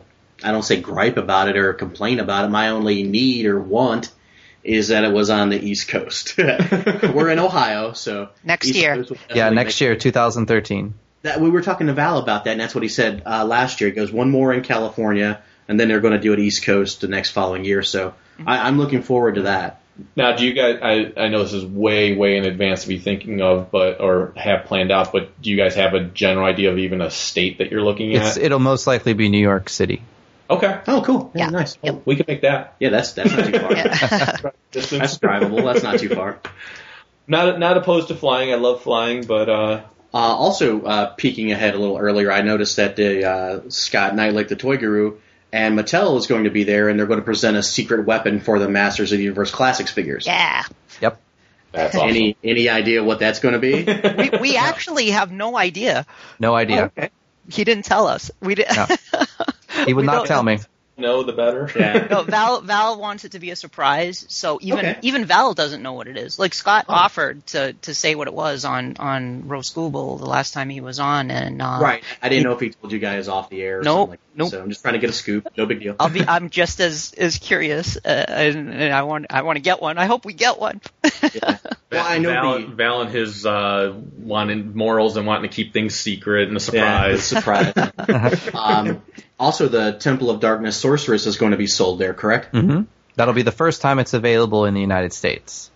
Speaker 5: I don't say gripe about it or complain about it. My only need or want is that it was on the East Coast. We're in Ohio, so
Speaker 6: Next
Speaker 5: East
Speaker 6: year.
Speaker 5: Coast would
Speaker 7: Yeah,
Speaker 5: definitely make-
Speaker 7: next year, 2013.
Speaker 5: That we were talking to Val about that, and that's what he said uh, last year. He goes one more in California, and then they're going to do it East Coast the next following year. So I, I'm looking forward to that.
Speaker 4: Now, do you guys? I, I know this is way way in advance to be thinking of, but or have planned out. But do you guys have a general idea of even a state that you're looking at?
Speaker 7: It's, it'll most likely be New York City.
Speaker 4: okay,
Speaker 5: Oh, cool. Yeah,
Speaker 6: Yeah.
Speaker 5: nice.
Speaker 6: Yep.
Speaker 4: we can make that.
Speaker 5: Yeah, that's that's not too far.
Speaker 4: Distance.
Speaker 5: That's drivable. That's not too far.
Speaker 4: Not not opposed to flying. I love flying, but uh,
Speaker 5: Uh, also, uh, peeking ahead a little earlier, I noticed that the uh, Scott Knight, like the Toy Guru, and Mattel is going to be there, and they're going to present a secret weapon for the Masters of the Universe Classics figures.
Speaker 6: yeah
Speaker 7: Yep.
Speaker 4: that's awesome.
Speaker 5: Any any idea what that's going to be?
Speaker 6: we, we actually have no idea
Speaker 7: No idea.
Speaker 6: Oh, he didn't tell us we didn't
Speaker 7: No. He would
Speaker 6: We
Speaker 7: not
Speaker 6: don't-
Speaker 7: tell me.
Speaker 4: know, the better.
Speaker 5: Yeah.
Speaker 6: No, Val Val wants it to be a surprise, so even
Speaker 5: Okay. Oh.
Speaker 6: even Val doesn't know what it is. Like Scott offered to to say what it was on on Rose Google the last time he was on, and uh,
Speaker 5: Right. I didn't know if he told you guys off the air. Or
Speaker 6: Nope,
Speaker 5: something like that.
Speaker 6: nope.
Speaker 5: So I'm just trying to get a scoop. No big deal.
Speaker 6: I'll be I'm just as as curious, uh, and, and I want I want to get one. I hope we get one.
Speaker 5: well, I know
Speaker 4: Val,
Speaker 5: the
Speaker 4: Val and his uh, wanting morals and wanting to keep things secret and a
Speaker 5: yeah,
Speaker 4: surprise.
Speaker 5: surprise. um, also, the Temple of Darkness Sorceress is going to be sold there, correct?
Speaker 7: hmm That'll be the first time it's available in the United States.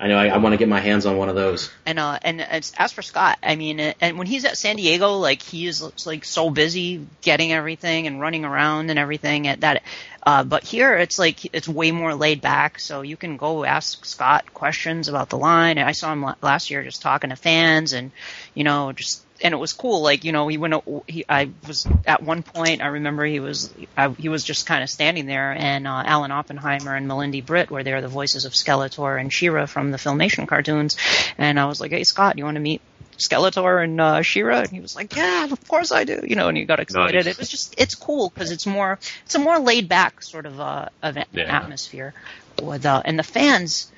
Speaker 5: I know. I, I want to get my hands on one of those.
Speaker 6: And uh, and as, as for Scott, I mean, uh, and when he's at San Diego, like he is like so busy getting everything and running around and everything at that. Uh, but here, it's like it's way more laid back, so you can go ask Scott questions about the line. And I saw him la- last year just talking to fans, and you know, just and it was cool. Like you know, he went. o- He, I was at one point. I remember he was. I, he was just kind of standing there, and uh, Alan Oppenheimer and Melindy Britt were there, the voices of Skeletor and Shira from the Filmation cartoons. And I was like, "Hey, Scott, you want to meet Skeletor and uh, Shira?" And he was like, "Yeah, of course I do." You know, and he got excited.
Speaker 4: Nice.
Speaker 6: It was just. It's cool because it's more. It's a more laid back sort of uh, of an
Speaker 4: Yeah.
Speaker 6: atmosphere with uh, and the fans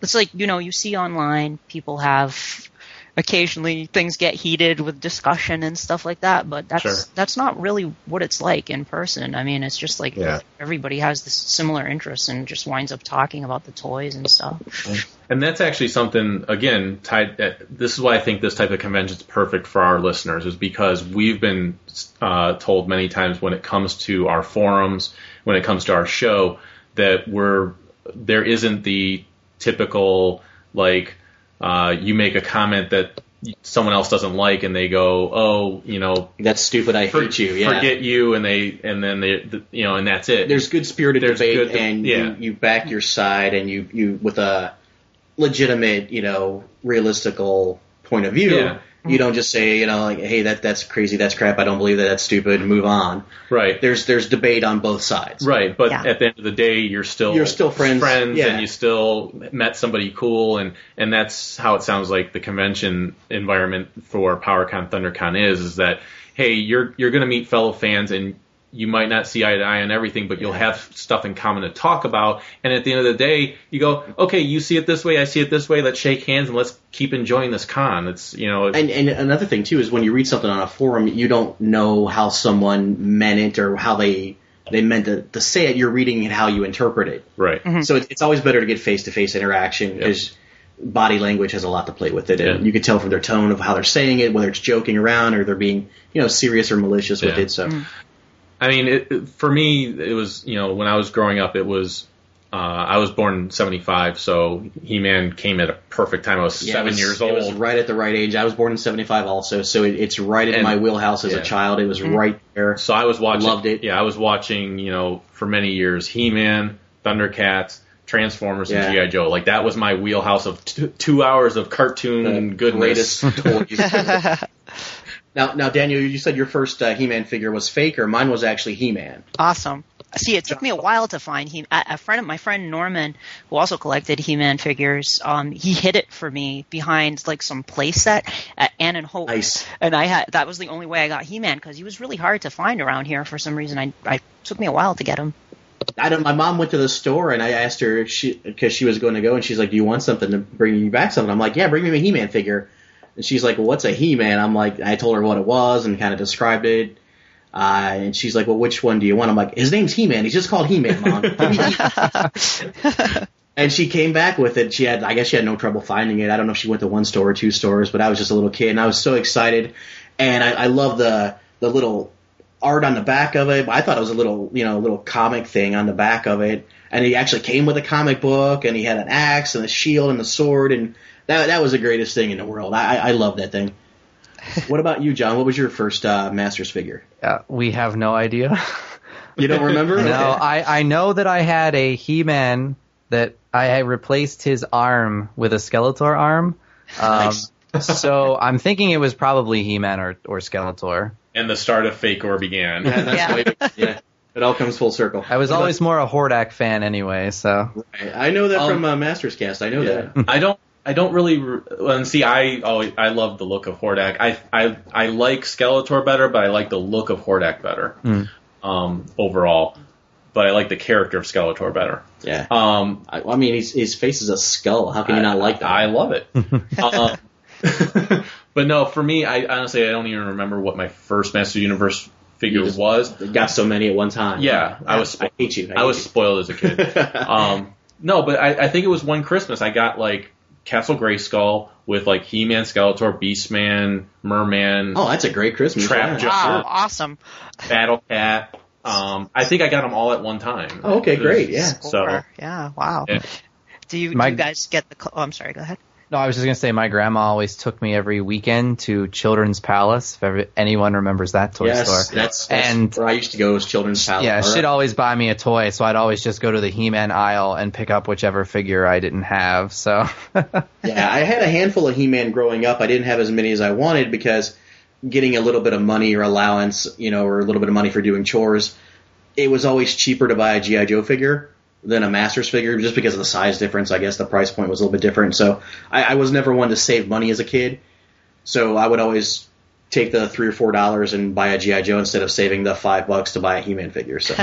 Speaker 6: it's like you know you see online people have occasionally things get heated with discussion and stuff like that but that's
Speaker 4: Sure.
Speaker 6: that's not really what it's like in person i mean it's just like
Speaker 8: Yeah.
Speaker 6: everybody has this similar interests and just winds up talking about the toys and stuff
Speaker 4: And that's actually something again tied. That, this is why I think this type of convention is perfect for our listeners, is because we've been uh, told many times when it comes to our forums, when it comes to our show, that we're there isn't the typical like uh, you make a comment that someone else doesn't like, and they go, oh, you know,
Speaker 5: That's stupid. I hate you. Yeah.
Speaker 4: forget you, and they and then they th- you know, and that's it.
Speaker 5: There's good spirited
Speaker 4: There's
Speaker 5: debate,
Speaker 4: good de-
Speaker 5: and
Speaker 4: yeah.
Speaker 5: you, you back your side, and you you with a legitimate, you know, realistical point of view.
Speaker 4: Yeah.
Speaker 5: You don't just say, you know, like, hey, that that's crazy, that's crap, I don't believe that, that's stupid, and move on.
Speaker 4: right.
Speaker 5: There's there's debate on both sides.
Speaker 4: Right, but
Speaker 6: Yeah.
Speaker 4: at the end of the day, you're still
Speaker 5: You're still friends, yeah.
Speaker 4: and you still met somebody cool, and and that's how it sounds like the convention environment for PowerCon ThunderCon is is that hey, you're you're going to meet fellow fans, and you might not see eye to eye on everything, but you'll have stuff in common to talk about, and at the end of the day, you go, okay, you see it this way, I see it this way, let's shake hands and let's keep enjoying this con. It's you know,
Speaker 5: And and another thing too is when you read something on a forum, you don't know how someone meant it or how they they meant to, to say it. You're reading it how you interpret it.
Speaker 4: right.
Speaker 5: So it's, it's always better to get face to face interaction because body language has a lot to play with it, and
Speaker 4: Yeah.
Speaker 5: you can tell from their tone of how they're saying it, whether it's joking around or they're being you know serious or malicious with
Speaker 4: Yeah.
Speaker 5: it. So
Speaker 4: I mean, it, it- for me, it was you know when I was growing up, it was uh, I was born in '75, so He Man came at a perfect time. I was
Speaker 5: yeah, it
Speaker 4: seven
Speaker 5: was-
Speaker 4: years
Speaker 5: It was
Speaker 4: old.
Speaker 5: right at the right age. I was born in '75 also, so it, it's right in
Speaker 4: And-
Speaker 5: my wheelhouse as
Speaker 4: yeah.
Speaker 5: a child. It was right there.
Speaker 4: So I was watching.
Speaker 5: Loved it.
Speaker 4: Yeah, I was watching. You know, for many years, He Man, Thundercats, Transformers, and
Speaker 5: Yeah.
Speaker 4: GI Joe. Like that was my wheelhouse of t- two hours of cartoon
Speaker 5: the
Speaker 4: goodness.
Speaker 5: greatest toys. now, now, Daniel, you said your first uh, He-Man figure was Faker. Mine was actually He-Man.
Speaker 6: Awesome. See, it took me a while to find he a a friend of my friend Norman, who also collected He-Man figures. Um, he hid it for me behind like some playset at Ann and Hope,
Speaker 5: Nice.
Speaker 6: and I had that was the only way I got He-Man because he was really hard to find around here for some reason. I, I took me a while to get him.
Speaker 5: I don't. My mom went to the store and I asked her if she because she was going to go and she's like, "Do you want something to bring you back something?" I'm like, "Yeah, bring me a He-Man figure." And she's like, well, "What's a He-Man?" I'm like, I told her what it was and kind of described it. Uh, and she's like, "Well, which one do you want?" I'm like, "His name's He-Man. He's just called He-Man, mom." and she came back with it. She had, I guess, she had no trouble finding it. I don't know if she went to one store or two stores, but I was just a little kid and I was so excited. And I, I love the the little art on the back of it. I thought it was a little, you know, little comic thing on the back of it. And he actually came with a comic book, and he had an axe and a shield and a sword, and that that was the greatest thing in the world. I, I love that thing. what about you, John? What was your first uh, Masters figure?
Speaker 7: Uh, we have no idea.
Speaker 5: You don't remember?
Speaker 7: No, I, I know that I had a He-Man that I had replaced his arm with a Skeletor arm. Um, so I'm thinking it was probably He-Man or, or Skeletor.
Speaker 4: And the start of Fake Or began.
Speaker 6: Yeah.
Speaker 5: yeah. It all comes full circle.
Speaker 7: I was always more a Hordak fan anyway, so
Speaker 5: I know that
Speaker 4: Um,
Speaker 5: from uh, Masters Cast. I know
Speaker 4: Yeah.
Speaker 5: that.
Speaker 4: I don't. I don't really. re- And see, I always I love the look of Hordak. I I I like Skeletor better, but I like the look of Hordak better. Um, overall, but I like the character of Skeletor better.
Speaker 5: Yeah.
Speaker 4: Um,
Speaker 5: I, I mean, his, his face is a skull. How can you not like that?
Speaker 4: I love it. um, but no, for me, I honestly I don't even remember what my first Master Universe figure
Speaker 5: You just-
Speaker 4: was.
Speaker 5: It got so many at one time.
Speaker 4: Yeah, I was-
Speaker 5: I hate you. I,
Speaker 4: I
Speaker 5: hate
Speaker 4: was spoiled as a kid. um, no, but I, I think it was one Christmas I got like Castle Grayskull with like He-Man, Skeletor, Beastman, Merman,
Speaker 5: you. Oh, that's a great Christmas.
Speaker 4: Trap
Speaker 5: yeah.
Speaker 4: Just
Speaker 6: wow,
Speaker 4: sure.
Speaker 6: awesome.
Speaker 4: Battle Cat. Um, I think I got them all at one time.
Speaker 5: Oh, okay,
Speaker 4: It was-
Speaker 5: great, yeah.
Speaker 4: So
Speaker 6: Score. yeah, wow.
Speaker 4: Yeah. Mm-hmm.
Speaker 6: Do you
Speaker 7: My-
Speaker 6: do you guys get the? cl- Oh, I'm sorry. Go ahead.
Speaker 7: No, I was just gonna say my grandma always took me every weekend to Children's Palace. If ever, anyone remembers that toy
Speaker 5: Yes,
Speaker 7: store,
Speaker 5: that's, that's
Speaker 7: And-
Speaker 5: where I used to go as children's palace.
Speaker 7: yeah,
Speaker 5: All
Speaker 7: she'd
Speaker 5: right.
Speaker 7: always buy me a toy, so I'd always just go to the He-Man aisle and pick up whichever figure I didn't have. So
Speaker 5: yeah, I had a handful of He-Man growing up. I didn't have as many as I wanted because getting a little bit of money or allowance, you know, or a little bit of money for doing chores, it was always cheaper to buy a GI Joe figure than a Masters figure just because of the size difference. I guess the price point was a little bit different. So I, I was never one to save money as a kid. So I would always take the three or four dollars and buy a GI Joe instead of saving the five bucks to buy a He-Man figure. So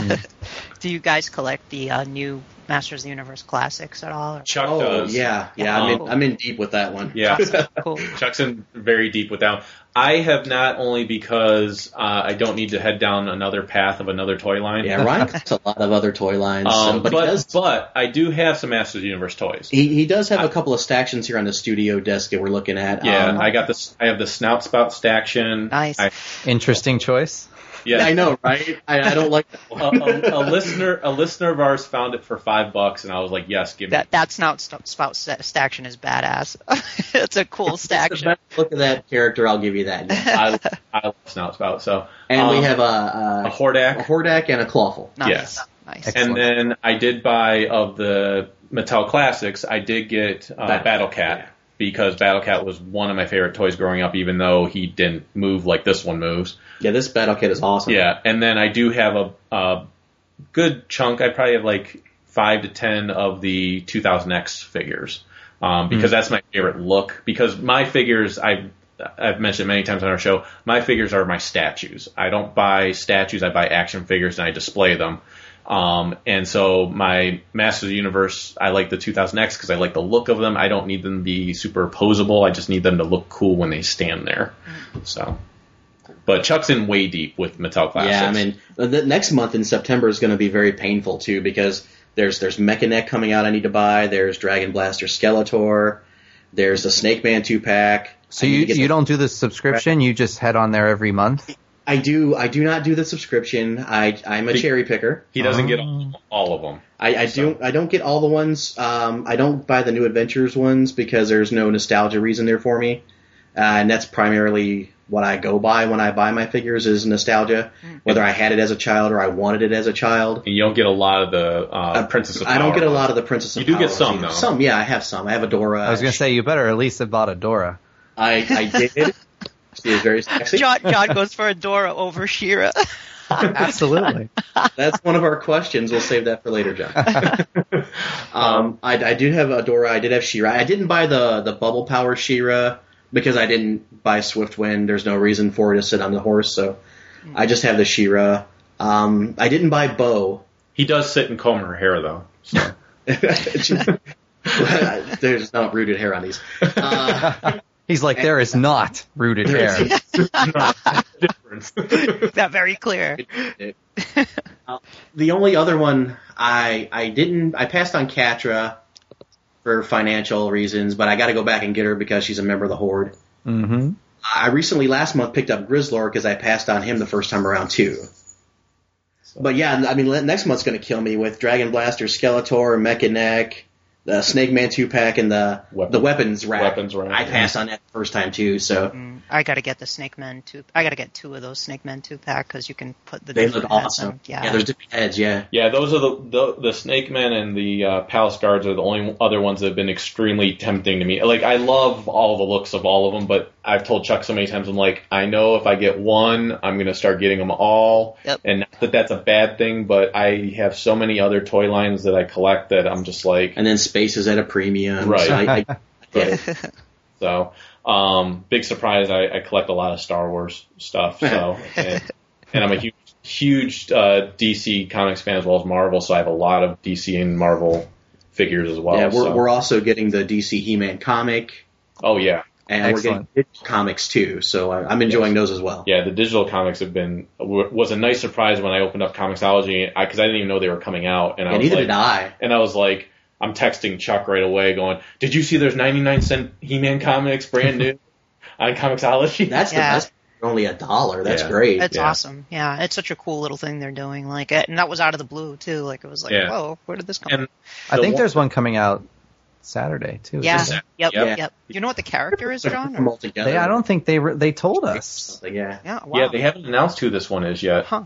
Speaker 6: Do you guys collect the uh, new Masters of the Universe classics at all? Or-
Speaker 4: Chuck
Speaker 5: oh
Speaker 4: does.
Speaker 5: yeah, yeah, I'm in, I'm in deep with that one.
Speaker 4: Yeah.
Speaker 6: cool.
Speaker 4: Chuck's in very deep with that. one. I have not only because uh, I don't need to head down another path of another toy line.
Speaker 5: Yeah, Ryan collects a lot of other toy lines, so-
Speaker 4: Um,
Speaker 5: but,
Speaker 4: but
Speaker 5: he does.
Speaker 4: but, I do have some Masters of the Universe toys.
Speaker 5: He, he does have a couple of stactions here on the studio desk that we're looking at.
Speaker 4: Yeah,
Speaker 5: Um,
Speaker 4: I got this. I have the Snout Spout Staction.
Speaker 6: Nice.
Speaker 4: I,
Speaker 7: interesting choice.
Speaker 4: yeah,
Speaker 5: I know, right? I, I don't like that
Speaker 4: a,
Speaker 5: one.
Speaker 4: a, a listener, a listener of ours found it for five bucks, and I was like, "Yes, give me."
Speaker 6: That that snout st- spout st- staction is badass. it's a cool
Speaker 5: It's the
Speaker 6: staction.
Speaker 5: best look at that character, I'll give you that.
Speaker 4: I, I love Snout Spout. So,
Speaker 5: And we
Speaker 4: um,
Speaker 5: have a,
Speaker 4: a
Speaker 5: a, a
Speaker 4: Hordak,
Speaker 5: Hordak and a Clawful.
Speaker 6: Nice.
Speaker 4: Yes.
Speaker 6: Nice.
Speaker 4: and
Speaker 7: Excellent.
Speaker 4: then I did buy of the Mattel Classics. I did get uh,
Speaker 5: Battle-
Speaker 4: Battle Cat
Speaker 5: yeah.
Speaker 4: because Battle Cat was one of my favorite toys growing up, even though he didn't move like this one moves.
Speaker 5: Yeah, this battle kit is awesome.
Speaker 4: Yeah, and then I do have a, a good chunk. I probably have like five to ten of the 2000X figures um, because that's my favorite look. Because my figures, I've I've mentioned many times on our show, my figures are my statues. I don't buy statues. I buy action figures and I display them. Um, and so my Masters of the Universe, I like the 2000X because I like the look of them. I don't need them to be superposable. I just need them to look cool when they stand there. So, but Chuck's in way deep with Mattel Classics.
Speaker 5: Yeah, I mean, the next month in September is going to be very painful too because there's there's Mechaneck coming out. I need to buy. There's Dragon Blaster Skeletor. There's the Snake Man two pack.
Speaker 7: So you you don't do the subscription; you just head on there every month.
Speaker 5: I do. I do not do the subscription. I I'm a
Speaker 4: Be-
Speaker 5: cherry picker.
Speaker 4: He doesn't get all, all of them.
Speaker 5: I, I do. I don't get all the ones. Um, I don't buy the new adventures ones because there's no nostalgia reason there for me, uh, and that's primarily what I go by when I buy my figures is nostalgia,
Speaker 7: Hmm.
Speaker 5: whether I had it as a child or I wanted it as a child.
Speaker 4: And you don't get a lot of the uh, Princess of
Speaker 5: I don't
Speaker 4: Power
Speaker 5: get a lot
Speaker 4: ones.
Speaker 5: of the Princess. Of
Speaker 4: You do get
Speaker 5: Power
Speaker 4: some,
Speaker 5: ones.
Speaker 4: though.
Speaker 5: Some, yeah, I have some. I have Adora.
Speaker 7: I was gonna say you better at least have bought a Dora.
Speaker 5: I, I did. She is very sexy.
Speaker 6: John John goes for Adora over Shira.
Speaker 7: Absolutely.
Speaker 5: That's one of our questions. We'll save that for later, John. um, I, I do have Adora. I did have Shira. I didn't buy the the Bubble Power Shira because I didn't buy Swift Wind. There's no reason for her to sit on the horse, so I just have the Shira. Um, I didn't buy Bo.
Speaker 4: He does sit and comb her hair though. So.
Speaker 5: There's not rooted hair on these. Uh,
Speaker 7: He's like, there is not rooted hair.
Speaker 4: Difference.
Speaker 6: that very clear.
Speaker 5: the only other one I I didn't I passed on Katra for financial reasons, but I got to go back and get her because she's a member of the Horde.
Speaker 4: Mm-hmm.
Speaker 7: hmm
Speaker 5: I recently last month picked up Grizzlor because I passed on him the first time around too. But yeah, I mean le- next month's gonna kill me with Dragon Blaster, Skeletor, Mechaneck, the Snake Man two pack, and the
Speaker 4: Weapon-
Speaker 5: the weapons rack.
Speaker 4: weapons rack,
Speaker 5: I
Speaker 4: yeah.
Speaker 5: passed on that the first time too, so
Speaker 6: Mm, I gotta get the Snake Men two. I gotta get two of those Snake Men two pack because you can put the
Speaker 5: they look
Speaker 6: different heads
Speaker 5: awesome.
Speaker 6: in.
Speaker 5: Yeah.
Speaker 6: Yeah.
Speaker 5: there's different heads. Yeah,
Speaker 4: yeah, those are the the, the Snake Men and the uh, Palace Guards are the only other ones that have been extremely tempting to me. Like I love all the looks of all of them, but I've told Chuck so many times I'm like, I know if I get one, I'm gonna start getting them all.
Speaker 6: Yep.
Speaker 4: And not that that's a bad thing, but I have so many other toy lines that I collect that I'm just like,
Speaker 5: and then space is at a premium.
Speaker 4: Right.
Speaker 5: So I, I get it.
Speaker 4: So, um, big surprise. I, I collect a lot of Star Wars stuff. So, and and I'm a huge, huge uh, DC comics fan as well as Marvel, so I have a lot of DC and Marvel figures as well.
Speaker 5: yeah, we're,
Speaker 4: so-
Speaker 5: we're also getting the DC He-Man comic,
Speaker 4: oh yeah,
Speaker 5: and we're getting
Speaker 7: Excellent.
Speaker 5: digital comics too. So I, I'm enjoying those as well.
Speaker 4: yeah. The digital comics have been w- was a nice surprise when I opened up Comicsology because I, 'cause I didn't even know they were coming out, and I
Speaker 5: and
Speaker 4: was
Speaker 5: neither
Speaker 4: like,
Speaker 5: did I.
Speaker 4: and I was like. I'm texting Chuck right away, going, "Did you see? There's 99 cent He-Man comics, brand new, on Comicsology."
Speaker 5: That's
Speaker 6: Yeah.
Speaker 5: the best. Only a dollar. That's
Speaker 4: Yeah.
Speaker 5: great.
Speaker 6: It's
Speaker 4: Yeah.
Speaker 6: awesome. Yeah, it's such a cool little thing they're doing. Like, and that was out of the blue too. Like, it was like,
Speaker 4: Yeah.
Speaker 6: whoa, where did this come?
Speaker 4: And
Speaker 6: from?
Speaker 7: I
Speaker 4: The
Speaker 7: think
Speaker 4: one-
Speaker 7: there's one coming out Saturday too.
Speaker 6: Yeah.
Speaker 7: isn't
Speaker 6: Yep,
Speaker 4: Yeah.
Speaker 6: yep, yep. You know what the character is, John?
Speaker 5: Them
Speaker 6: Or-
Speaker 5: all together.
Speaker 7: there? They, I don't think they re- they told us.
Speaker 5: Something, yeah.
Speaker 6: yeah. Wow.
Speaker 4: Yeah, they haven't announced who this one is yet.
Speaker 6: Huh.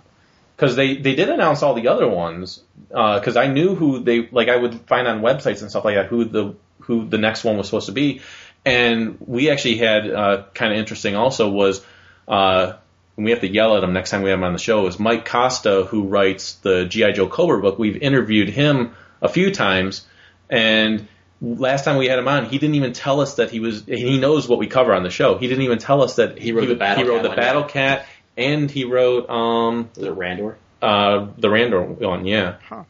Speaker 4: Because they, they did announce all the other ones. Because I knew who they like. I would find on websites and stuff like that who the who the next one was supposed to be. And we actually had uh, kind of interesting. Also was uh, and we have to yell at him next time we have him on the show. Is Mike Costa who writes the GI Joe Cobra book? We've interviewed him a few times, and last time we had him on, he didn't even tell us that he was. He knows what we cover on the show. He didn't even tell us that
Speaker 5: He wrote the Battle
Speaker 4: He wrote
Speaker 5: Cat
Speaker 4: the
Speaker 5: one.
Speaker 4: Battle Cat, and he wrote um
Speaker 5: Was it Randor?
Speaker 4: uh the Randor one. Yeah.
Speaker 6: Huh.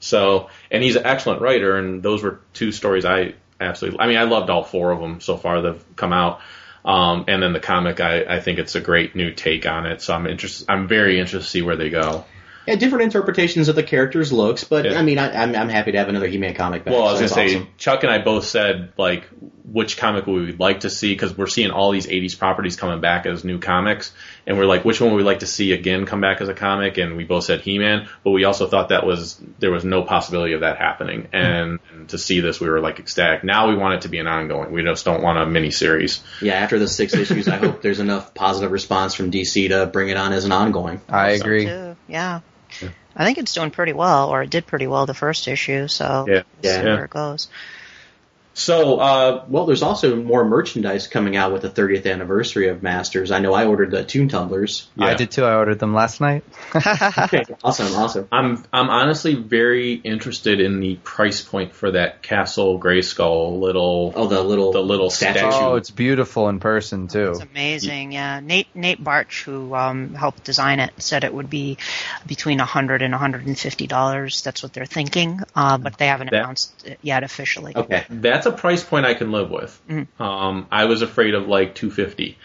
Speaker 4: So and he's an excellent writer, and those were two stories I absolutely. I mean, I loved all four of them so far that have come out. Um, and then the comic, I, I think it's a great new take on it. So I'm interested. I'm very interested to see where they go.
Speaker 5: Yeah, different interpretations of the characters' looks, but
Speaker 4: Yeah.
Speaker 5: I mean, I, I'm, I'm happy to have another He-Man comic. Back,
Speaker 4: Well, I was
Speaker 5: so
Speaker 4: gonna
Speaker 5: that's
Speaker 4: say
Speaker 5: awesome.
Speaker 4: Chuck and I both said like which comic would we like to see because we're seeing all these '80s properties coming back as new comics, and we're like, which one would we like to see again come back as a comic? And we both said He-Man, but we also thought that was there was no possibility of that happening, and, to see this, we were like ecstatic. Now we want it to be an ongoing. We just don't want a miniseries.
Speaker 5: yeah. After the six issues, I hope there's enough positive response from DC to bring it on as an ongoing.
Speaker 7: I agree.
Speaker 6: Too. Yeah. I think it's doing pretty well, or it did pretty well the first issue. So
Speaker 4: Yeah.
Speaker 6: we'll see
Speaker 5: Yeah.
Speaker 6: where it goes.
Speaker 4: So uh,
Speaker 5: Well, there's also more merchandise coming out with the 30th anniversary of Masters. I know I ordered the Toon Tumblers.
Speaker 4: yeah.
Speaker 7: I did too. I ordered them last night.
Speaker 5: awesome, awesome.
Speaker 4: I'm I'm honestly very interested in the price point for that Castle Grayskull little.
Speaker 5: Oh, the little
Speaker 4: The little statue.
Speaker 7: Oh, it's beautiful in person too.
Speaker 6: It's amazing. Yeah. Nate Nate Barch, who um, helped design it, said it would be between a hundred and hundred and fifty dollars. That's what they're thinking, uh, but they haven't
Speaker 4: That-
Speaker 6: announced it yet officially.
Speaker 5: Oh, Okay.
Speaker 4: that's a price point I can live with. Um, I was afraid of like 250.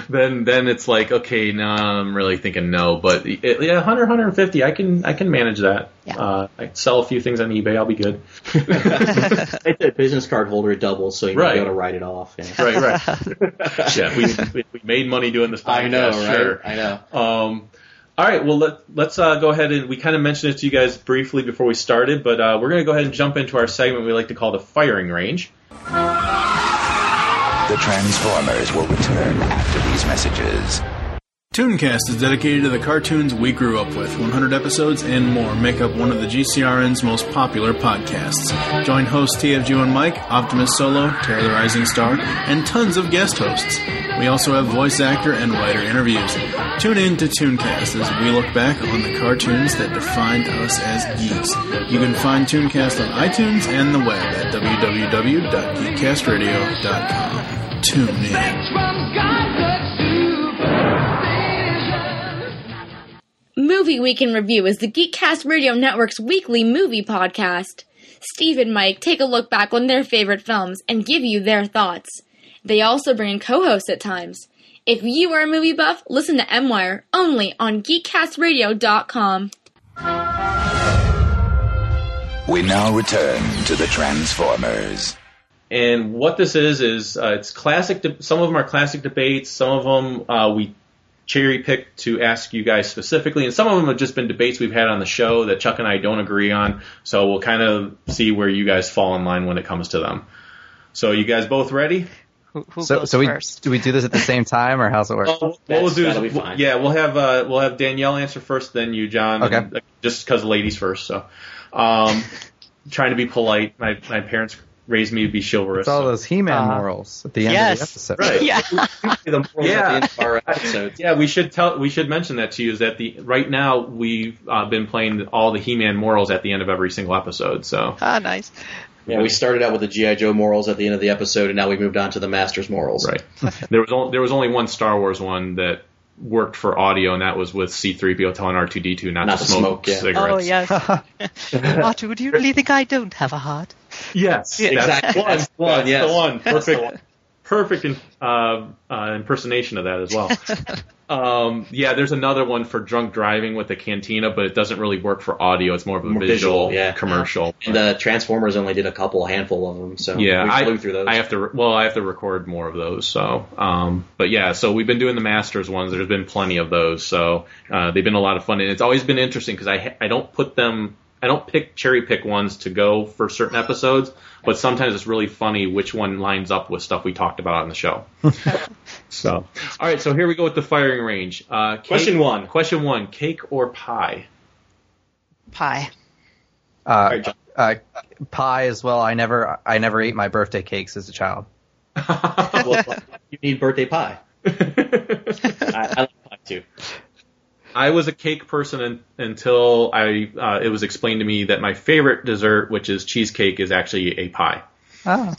Speaker 4: then then it's like okay, no, I'm really thinking no, but it, yeah, 100 150, I can I can manage that.
Speaker 6: Yeah.
Speaker 4: Uh, I can sell a few things on eBay, I'll be good.
Speaker 5: It's a business card holder double, so you might
Speaker 4: Right.
Speaker 5: be able to write it off. yeah.
Speaker 4: right, right. yeah, we, we we made money doing this podcast. Sure.
Speaker 5: I know.
Speaker 4: Um, all right, well let, let's uh, go ahead and we kind of mentioned it to you guys briefly before we started, but uh, we're going to go ahead and jump into our segment we like to call the firing range.
Speaker 8: The Transformers will return after these messages.
Speaker 9: Tooncast is dedicated to the cartoons we grew up with. 100 episodes and more make up one of the GCRN's most popular podcasts. Join hosts TFG and Mike, Optimus Solo, Terror the Rising Star, and tons of guest hosts. We also have voice actor and writer interviews. Tune in to Tooncast as we look back on the cartoons that defined us as geeks. You can find Tooncast on iTunes and the web at www.geekcastradio.com. Tune in.
Speaker 10: Movie Week in Review is the Geekcast Radio Network's weekly movie podcast. Steve and Mike take a look back on their favorite films and give you their thoughts. They also bring in co hosts at times. If you are a movie buff, listen to M Wire only on geekcastradio.com.
Speaker 8: We now return to the Transformers.
Speaker 4: And what this is is uh, it's classic. De- some of them are classic debates. Some of them uh, we cherry picked to ask you guys specifically, and some of them have just been debates we've had on the show that Chuck and I don't agree on. So we'll kind of see where you guys fall in line when it comes to them. So you guys both ready?
Speaker 6: Who, who
Speaker 7: So,
Speaker 6: goes
Speaker 7: so we
Speaker 6: first?
Speaker 7: do we do this at the same time, or how's it work?
Speaker 6: Oh.
Speaker 4: Well, what we'll do is
Speaker 5: that'll be fine.
Speaker 4: yeah, we'll have uh, we'll have Danielle answer first, then you, John.
Speaker 7: Okay.
Speaker 4: and, uh, just because ladies first, so um, trying to be polite. My my parents raised me to be chivalrous.
Speaker 7: it's all
Speaker 4: so-
Speaker 7: those He-Man
Speaker 6: Uh,
Speaker 7: morals at the end
Speaker 6: yes.
Speaker 7: of the episode.
Speaker 4: Right.
Speaker 6: Yeah.
Speaker 4: Yeah.
Speaker 5: At the end of our episodes.
Speaker 4: Yeah, we should tell. We should mention that to you is that the right now we've uh, been playing all the He-Man morals at the end of every single episode. So
Speaker 6: Ah, nice.
Speaker 5: Yeah, we started out with the GI Joe morals at the end of the episode, and now we moved on to the Masters morals.
Speaker 4: right, there was only, there was only one Star Wars one that worked for audio, and that was with C3PO telling R2D2 not,
Speaker 5: Not
Speaker 4: to
Speaker 5: to
Speaker 4: smoke,
Speaker 5: smoke, yeah.
Speaker 4: cigarettes.
Speaker 6: Oh yes. Artu, do you really think I don't have a heart?
Speaker 4: Yes,
Speaker 5: Exactly.
Speaker 4: That's,
Speaker 5: One,
Speaker 4: that's
Speaker 5: yes.
Speaker 4: the one.
Speaker 5: That's the
Speaker 4: Perfect, perfect in, uh, uh, impersonation of that as well. um, yeah, there's another one for drunk driving with the cantina, but it doesn't really work for audio. It's more of a
Speaker 5: More
Speaker 4: visual,
Speaker 5: visual, yeah.
Speaker 4: commercial.
Speaker 5: And the Transformers only did a couple, a handful of them. So
Speaker 4: Yeah,
Speaker 5: we
Speaker 4: I,
Speaker 5: flew through those.
Speaker 4: I have to. re- Well, I have to record more of those. So, um, but yeah, so we've been doing the masters ones. There's been plenty of those. So uh, they've been a lot of fun, and it's always been interesting because I ha- I don't put them. I don't pick cherry pick ones to go for certain episodes, but sometimes it's really funny which one lines up with stuff we talked about on the show. so, all right, so here we go with the firing range. Uh, cake-
Speaker 5: Question one.
Speaker 4: Question one: Cake or pie?
Speaker 6: Pie.
Speaker 7: Uh,
Speaker 5: John.
Speaker 7: uh, pie as well. I never I never ate my birthday cakes as a child.
Speaker 5: Well, you need birthday pie. I, I like pie too.
Speaker 4: I was a cake person un until I uh, it was explained to me that my favorite dessert, which is cheesecake, is actually a pie.
Speaker 7: Oh.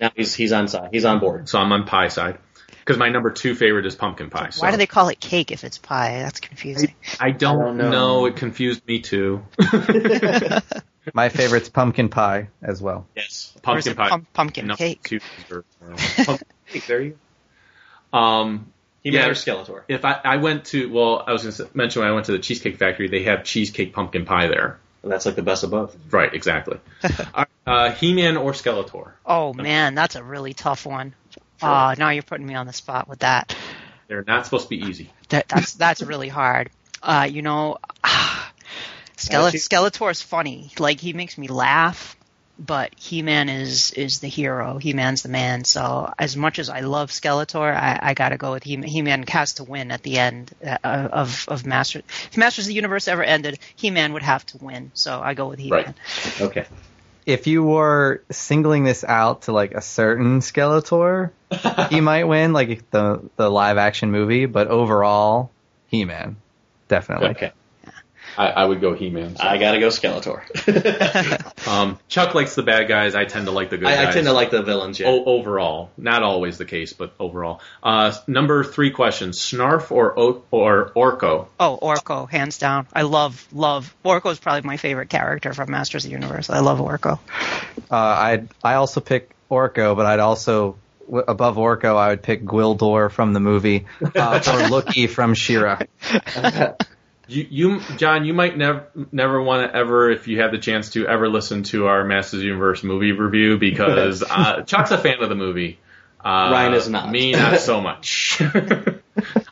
Speaker 5: Now he's he's on side. He's on board.
Speaker 4: So I'm on pie side because my number two favorite is pumpkin pie. So
Speaker 6: Why do they call it cake if it's pie? That's confusing.
Speaker 4: I don't,
Speaker 5: I don't
Speaker 4: know.
Speaker 5: know.
Speaker 4: It confused me too.
Speaker 7: My favorite's pumpkin pie as well.
Speaker 5: Yes.
Speaker 6: Or is
Speaker 4: Pumpkin
Speaker 6: it
Speaker 4: pie.
Speaker 6: pum- pumpkin
Speaker 4: number
Speaker 6: cake.
Speaker 4: two dessert. Pumpkin cake. There you go. Um,
Speaker 5: He
Speaker 4: Yeah.
Speaker 5: yeah. matters Skeletor.
Speaker 4: if I, I went to well, I was going to mention when I went to the Cheesecake Factory, they have cheesecake pumpkin pie there.
Speaker 5: That's like the best of both.
Speaker 4: Right, exactly. All right, uh, He-Man or Skeletor?
Speaker 6: Oh man, that's a really tough one. Uh, now you're putting me on the spot with that.
Speaker 4: They're not supposed to be easy.
Speaker 6: that that's that's really hard. Uh, you know, Skele-
Speaker 5: Actually-
Speaker 6: Skeletor is funny. Like he makes me laugh, but He Man is is the hero. He Man's the man. So as much as I love Skeletor, I, I got to go with He Man. He Man has to win at the end uh, of of Master. If Masters of the Universe ever ended, He Man would have to win. So I go with He Man.
Speaker 4: Right.
Speaker 5: Okay.
Speaker 7: If you were singling this out to like a certain Skeletor, he might win, like the the live action movie. But overall, He Man, definitely.
Speaker 5: Okay.
Speaker 4: I, I would go He-Man.
Speaker 5: I gotta go Skeletor.
Speaker 4: Um, Chuck likes the bad guys. I tend to like the good
Speaker 5: I,
Speaker 4: guys.
Speaker 5: I tend to like the villains. Yeah.
Speaker 4: O- overall, not always the case, but overall. Uh, number three question: Snarf or o- or Orko?
Speaker 6: Oh, Orko, hands down. I love love Orko is probably my favorite character from Masters of the Universe. I love Orko.
Speaker 7: Uh, I I also pick Orko, but I'd also w- above Orko, I would pick Gwildor from the movie uh, or Loki from Shira.
Speaker 4: You, you, John, you might never never want to ever, if you have the chance to ever listen to our Masters of the Universe movie review, because uh, Chuck's a fan of the movie. Uh,
Speaker 5: Ryan is not.
Speaker 4: Me, not so much.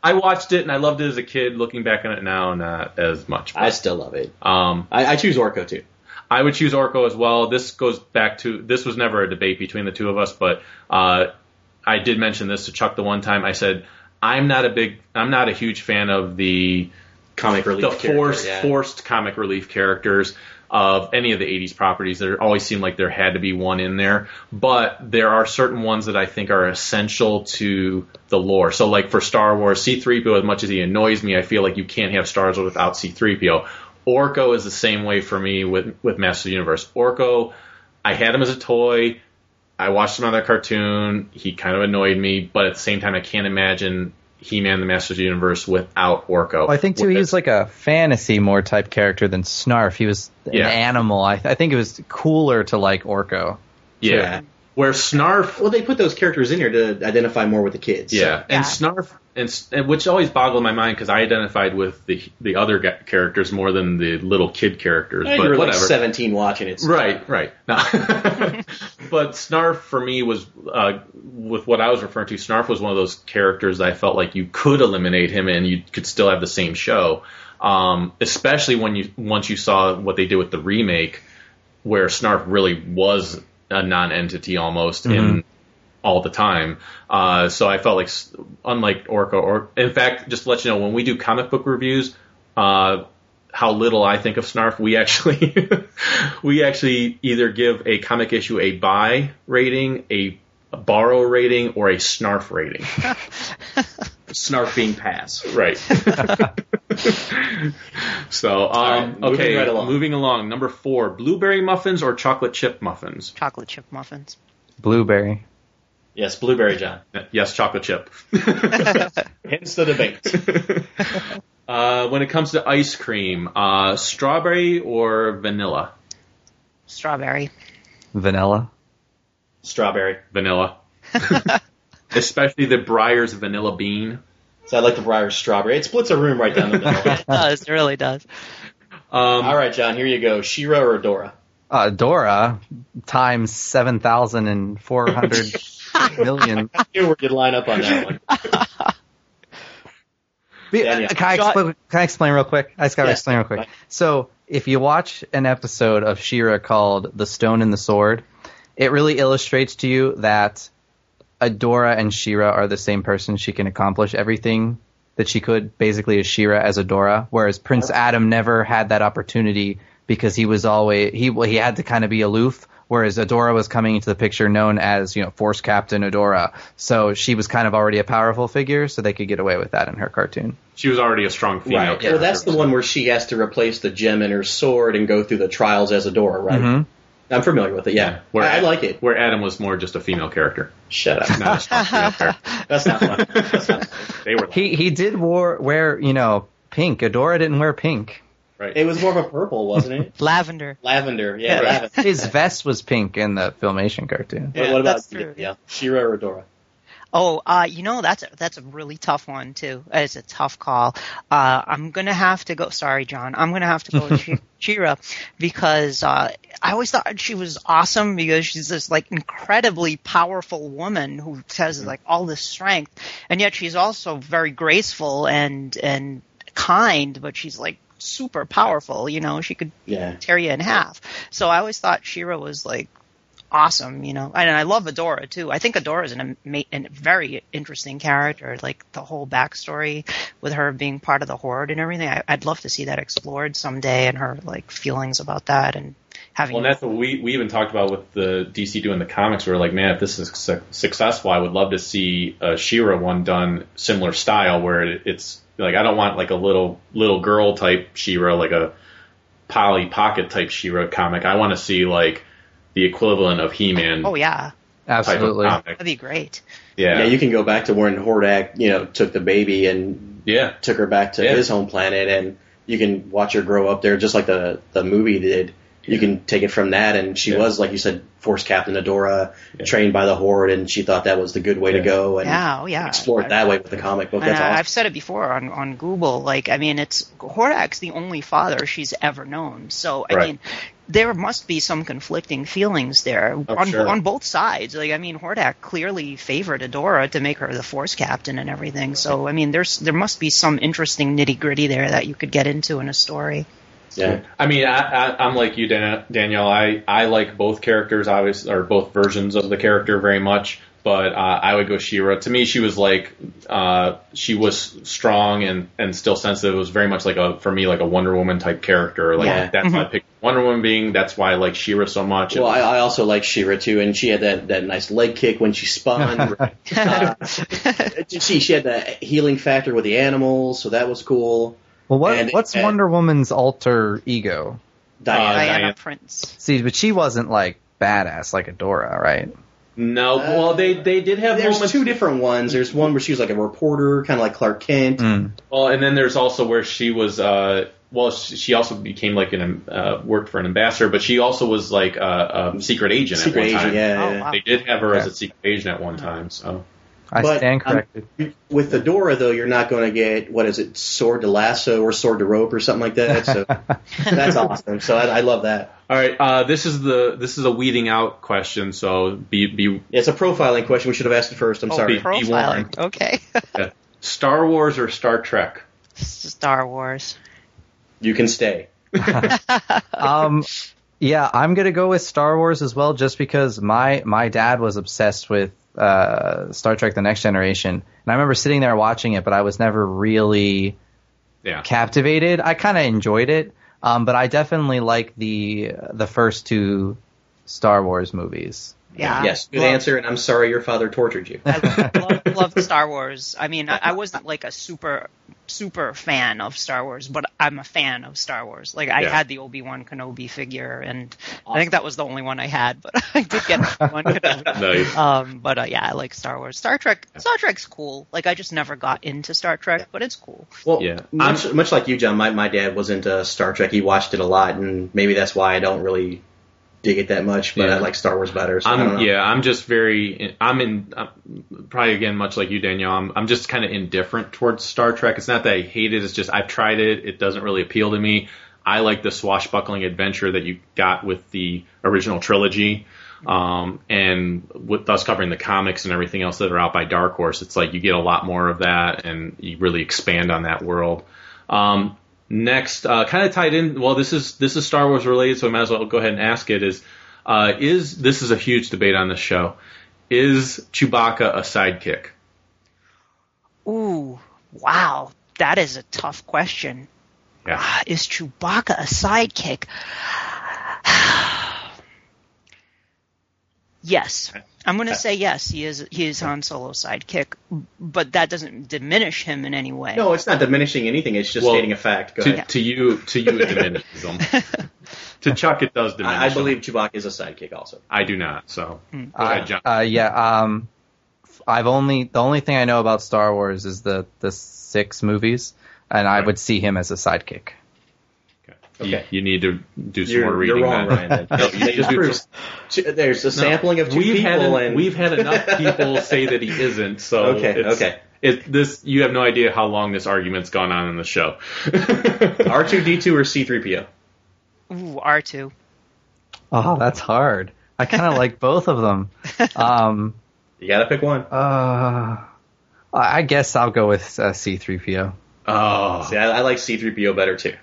Speaker 4: I watched it and I loved it as a kid. Looking back on it now, not as much.
Speaker 5: I still love it.
Speaker 4: Um,
Speaker 5: I, I choose Orko too.
Speaker 4: I would choose Orko as well. This goes back to this was never a debate between the two of us, but uh, I did mention this to Chuck the one time. I said I'm not a big, I'm not a huge fan of the
Speaker 5: Comic relief.
Speaker 4: the
Speaker 5: character,
Speaker 4: forced
Speaker 5: yeah.
Speaker 4: forced comic relief characters of any of the 80s properties there always seemed like there had to be one in there but there are certain ones that i think are essential to the lore so like for star wars c3po as much as he annoys me i feel like you can't have star wars without c3po orko is the same way for me with with master of the universe orko i had him as a toy I watched him on that cartoon. He kind of annoyed me, but at the same time, I can't imagine He-Man, the Masters of the Universe, without Orko.
Speaker 7: Well, I think too, he was like a fantasy more type character than Snarf. He was an
Speaker 4: Yeah.
Speaker 7: animal. I, I think it was cooler to like Orko.
Speaker 4: Yeah.
Speaker 5: Yeah.
Speaker 4: Where Snarf,
Speaker 5: Well, they put those characters in here to identify more with the kids.
Speaker 4: yeah,
Speaker 6: Yeah.
Speaker 4: and Snarf, and, s- and which always boggled my mind because I identified with the the other ga- characters more than the little kid characters.
Speaker 5: And
Speaker 4: but
Speaker 5: you were
Speaker 4: whatever.
Speaker 5: like 17 watching it. so-
Speaker 4: Right, right. No. but Snarf for me was uh, with what I was referring to. Snarf was one of those characters that I felt like you could eliminate him and you could still have the same show. Um, especially when you once you saw what they did with the remake, where Snarf really was a non-entity almost in all the time. Uh, so I felt like, s- unlike Orca, or in fact, just to let you know, when we do comic book reviews, uh, how little I think of Snarf, we actually we actually either give a comic issue a buy rating, a borrow rating, or a Snarf rating.
Speaker 5: Snarf being pass.
Speaker 4: right. so, um,
Speaker 5: right, moving
Speaker 4: okay,
Speaker 5: right along.
Speaker 4: moving along. Number four: blueberry muffins or chocolate chip muffins?
Speaker 6: Chocolate chip muffins.
Speaker 7: Blueberry.
Speaker 5: Yes, Blueberry John.
Speaker 4: Yes, chocolate chip.
Speaker 5: Hence the debate.
Speaker 4: Uh, when it comes to ice cream, uh, strawberry or vanilla?
Speaker 6: Strawberry.
Speaker 7: Vanilla.
Speaker 5: Strawberry.
Speaker 4: Vanilla. Especially the Breyer's vanilla bean.
Speaker 5: So I like the Briar strawberry. It splits a room right down the middle.
Speaker 6: It does. It really does.
Speaker 4: Um,
Speaker 5: All right, John, here you go. Shira or Dora?
Speaker 7: Uh, Dora times seven thousand and four hundred million.
Speaker 5: Here we could line up on that one.
Speaker 7: Be- uh,
Speaker 5: Yeah, yeah.
Speaker 7: Can, I
Speaker 5: Go ahead.
Speaker 7: expl- can I explain real quick? I just got to
Speaker 5: Yeah.
Speaker 7: explain real quick.
Speaker 5: Right.
Speaker 7: So, if you watch an episode of Shira called "The Stone and the Sword," it really illustrates to you that Adora and Shira are the same person. She can accomplish everything that she could, basically, as Shira as Adora. Whereas Prince Adam never had that opportunity because he was always he well, he had to kind of be aloof. Whereas Adora was coming into the picture known as you know Force Captain Adora, so she was kind of already a powerful figure, so they could get away with that in her cartoon.
Speaker 4: she was already a strong female.
Speaker 5: Right. Well, that's the one where she has to replace the gem in her sword and go through the trials as Adora, right? I'm familiar with it. Yeah,
Speaker 4: Mm-hmm. Where
Speaker 5: I, I like it.
Speaker 4: Where Adam was more just a female character.
Speaker 5: Shut up.
Speaker 4: Not a strong female character.
Speaker 5: That's not fun. That's not fun.
Speaker 4: They were
Speaker 7: He he did wore wear you know pink. Adora didn't wear pink.
Speaker 4: right.
Speaker 5: It was more of a purple, wasn't it?
Speaker 6: Lavender.
Speaker 5: Lavender. Yeah,
Speaker 4: Right.
Speaker 5: lavender.
Speaker 7: His vest was pink in the filmation cartoon.
Speaker 5: But what about
Speaker 6: that's true.
Speaker 5: yeah, Shira or Adora?
Speaker 6: Oh, uh, you know that's a, that's a really tough one too. It's a tough call. Uh, I'm gonna have to go. Sorry, John. I'm gonna have to go with Chi- Chira because uh, I always thought she was awesome because she's this like incredibly powerful woman who has like all this strength, and yet she's also very graceful and and kind. But she's like super powerful. You know, she could
Speaker 5: Yeah.
Speaker 6: tear you in half. So I always thought Shira was like awesome, you know. And I love Adora too. I think Adora is an ama- a very interesting character. Like the whole backstory with her being part of the horde and everything. I, I'd love to see that explored someday and her like feelings about that and having.
Speaker 4: Well, and that's what we, we even talked about with the DC doing the comics. We were like, man, if this is su- successful, I would love to see a Shira one done similar style where it, it's like I don't want like a little little girl type Shira, like a Polly Pocket type Shira comic. I want to see like the equivalent of He Man
Speaker 6: oh yeah,
Speaker 4: type
Speaker 7: Absolutely.
Speaker 4: of comic.
Speaker 6: that'd be great.
Speaker 4: Yeah,
Speaker 5: Yeah,
Speaker 4: yeah,
Speaker 5: you can go back to when Hordak, you know, took the baby and
Speaker 4: yeah.
Speaker 5: took her back to
Speaker 4: Yeah.
Speaker 5: his home planet, and you can watch her grow up there, just like the the movie did. You can take it from that, and she
Speaker 4: Yeah.
Speaker 5: was, like you said, Force Captain Adora, trained by the Horde, and she thought that was the good way
Speaker 4: Yeah.
Speaker 5: to go, and
Speaker 6: Yeah, oh yeah.
Speaker 5: explore it that way with the comic book.
Speaker 6: And
Speaker 5: That's
Speaker 6: I,
Speaker 5: awesome.
Speaker 6: I've said it before on, on Google. Like, I mean, it's Hordak's the only father she's ever known. So, I
Speaker 4: Right.
Speaker 6: mean, there must be some conflicting feelings there
Speaker 5: Oh,
Speaker 6: on
Speaker 4: sure.
Speaker 6: on both sides. Like, I mean, Hordak clearly favored Adora to make her the Force Captain and everything. So, I mean, there's there must be some interesting nitty gritty there that you could get into in a story.
Speaker 5: yeah.
Speaker 4: I mean, I, I, I'm like you, Dan, Danielle. I, I like both characters, obviously, or both versions of the character very much. But uh, I would go Shira. To me, she was like uh, she was strong and, and still sensitive. It was very much like a for me like a Wonder Woman type character. Like
Speaker 5: Yeah.
Speaker 4: that's why I picked Wonder Woman being. That's why I like Shira so much.
Speaker 5: Well, I, I also like Shira too, and she had that, that nice leg kick when she spun. uh, she she had that healing factor with the animals, so that was cool.
Speaker 7: Well, what
Speaker 5: And-
Speaker 7: what's
Speaker 5: and-
Speaker 7: Wonder Woman's alter ego?
Speaker 5: Diana,
Speaker 4: Uh,
Speaker 6: Diana,
Speaker 4: Diana.
Speaker 6: Prince.
Speaker 7: See, but she wasn't like badass like Adora, right?
Speaker 4: no, well they they did have
Speaker 5: there's
Speaker 4: moments.
Speaker 5: two different ones. There's one where she was like a reporter, kind of like Clark Kent. Mm.
Speaker 4: Well, and then there's also where she was. Uh, well, she she also became like an uh, worked for an ambassador, but she also was like a, a secret agent.
Speaker 5: Secret
Speaker 4: at one
Speaker 5: agent,
Speaker 4: time.
Speaker 5: yeah,
Speaker 6: Oh,
Speaker 5: yeah.
Speaker 6: wow.
Speaker 4: They did have her as a secret agent at one time, so
Speaker 7: I
Speaker 5: But,
Speaker 7: stand
Speaker 5: um,
Speaker 7: corrected.
Speaker 5: With the Dora though, you're not going to get what is it, sword to lasso or sword to rope or something like that. So that's awesome. So I, I love that.
Speaker 4: all right. Uh, this is the this is a weeding out question, so be be
Speaker 5: It's a profiling question. We should have asked it first. I'm
Speaker 6: Oh,
Speaker 5: sorry.
Speaker 4: be
Speaker 6: profiling. Okay.
Speaker 4: Star Wars or Star Trek?
Speaker 6: Star Wars.
Speaker 5: You can stay.
Speaker 7: um, yeah, I'm gonna go with Star Wars as well, just because my my dad was obsessed with uh, Star Trek: The Next Generation, and I remember sitting there watching it, but I was never really
Speaker 4: Yeah,
Speaker 7: captivated. I kind of enjoyed it, um, but I definitely like the the first two Star Wars movies.
Speaker 6: Yeah.
Speaker 5: Yes, good
Speaker 6: Well-
Speaker 5: answer. And I'm sorry your father tortured you.
Speaker 6: I love, love Star Wars. I mean, I, I wasn't like a super super fan of Star Wars, but I'm a fan of Star Wars. Like I
Speaker 4: Yeah.
Speaker 6: had the Obi Wan Kenobi figure, and I think that was the only one I had, but I did get Obi Wan Kenobi.
Speaker 4: Nice.
Speaker 6: Um, but uh, yeah, I like Star Wars. Star Trek. Star Trek's cool. Like I just never got into Star Trek, but it's cool.
Speaker 5: Well,
Speaker 4: Yeah.
Speaker 5: much, much like you, John, my, my dad was into Star Trek. He watched it a lot, and maybe that's why I don't really dig it that much. But
Speaker 4: Yeah.
Speaker 5: I like Star Wars better. So I don't
Speaker 4: I'm
Speaker 5: know.
Speaker 4: yeah. I'm just very. I'm in. I'm, probably again, much like you, Danielle. I'm. I'm just kind of indifferent towards Star Trek. It's not that I hate it. It's just I've tried it. It doesn't really appeal to me. I like the swashbuckling adventure that you got with the original trilogy, um, and with us covering the comics and everything else that are out by Dark Horse. It's like you get a lot more of that, and you really expand on that world. Um, next, uh, kind of tied in. Well, this is this is Star Wars related, so I might as well go ahead and ask it. Is uh, is this is a huge debate on this show? Is Chewbacca a sidekick?
Speaker 6: Ooh, wow, that is a tough question.
Speaker 4: Yeah,
Speaker 6: is Chewbacca a sidekick? yes. I'm going to say yes. He is he is Han Solo's sidekick, but that doesn't diminish him in any way.
Speaker 5: No, it's not diminishing anything. It's just
Speaker 4: Well,
Speaker 5: stating a fact. Go
Speaker 4: to,
Speaker 5: ahead.
Speaker 4: to you, to you it diminishes him. to Chuck, it does diminish.
Speaker 5: I, I
Speaker 4: him.
Speaker 5: believe Chewbacca is a sidekick. Also,
Speaker 4: I do not. So go
Speaker 7: Uh,
Speaker 4: ahead,
Speaker 5: Ah,
Speaker 4: John.
Speaker 7: uh, yeah. Um, I've only the only thing I know about Star Wars is the the six movies, and I would see him as a sidekick.
Speaker 4: You,
Speaker 5: okay.
Speaker 4: you need to do some
Speaker 5: you're,
Speaker 4: more reading.
Speaker 5: you're wrong,
Speaker 4: then.
Speaker 5: Ryan. Then. No, you
Speaker 4: Just
Speaker 5: need to-
Speaker 4: prove-
Speaker 5: Ch- There's a sampling of 2
Speaker 4: we've
Speaker 5: people,
Speaker 4: had en-
Speaker 5: and
Speaker 4: we've had enough people say that he isn't. So
Speaker 5: Okay,
Speaker 4: it's-
Speaker 5: okay.
Speaker 4: It, this you have no idea how long this argument's gone on in the show.
Speaker 5: R2D2 or C3PO.
Speaker 6: Ooh, R2.
Speaker 7: Oh, that's hard. I kind of like both of them. Um,
Speaker 5: You gotta pick one.
Speaker 7: uh, I I guess I'll go with uh, C-3PO.
Speaker 4: oh,
Speaker 5: See, I, I like C3PO better too.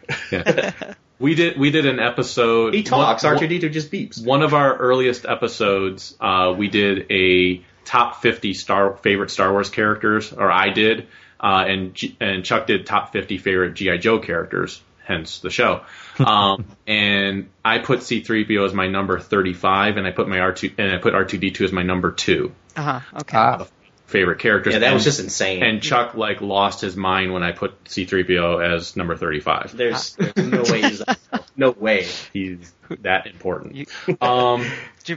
Speaker 4: we did we did an episode.
Speaker 5: He talks.
Speaker 4: one-
Speaker 5: R2D2 just beeps.
Speaker 4: one of our earliest episodes, uh, we did a top 50 star favorite Star Wars characters, or I did, uh, and G- and Chuck did top 50 favorite GI Joe characters, hence the show. Um, and I put C3PO as my number 35, and I put my R2 and I put R2D2 as my number two
Speaker 6: Uh-huh. Okay.
Speaker 7: Ah,
Speaker 4: favorite characters.
Speaker 5: Yeah, that
Speaker 4: and,
Speaker 5: was just insane.
Speaker 4: And Chuck like lost his mind when I put C3PO as number 35.
Speaker 5: there's, there's no way. He's no way.
Speaker 4: He's that important.
Speaker 6: You-
Speaker 4: Um,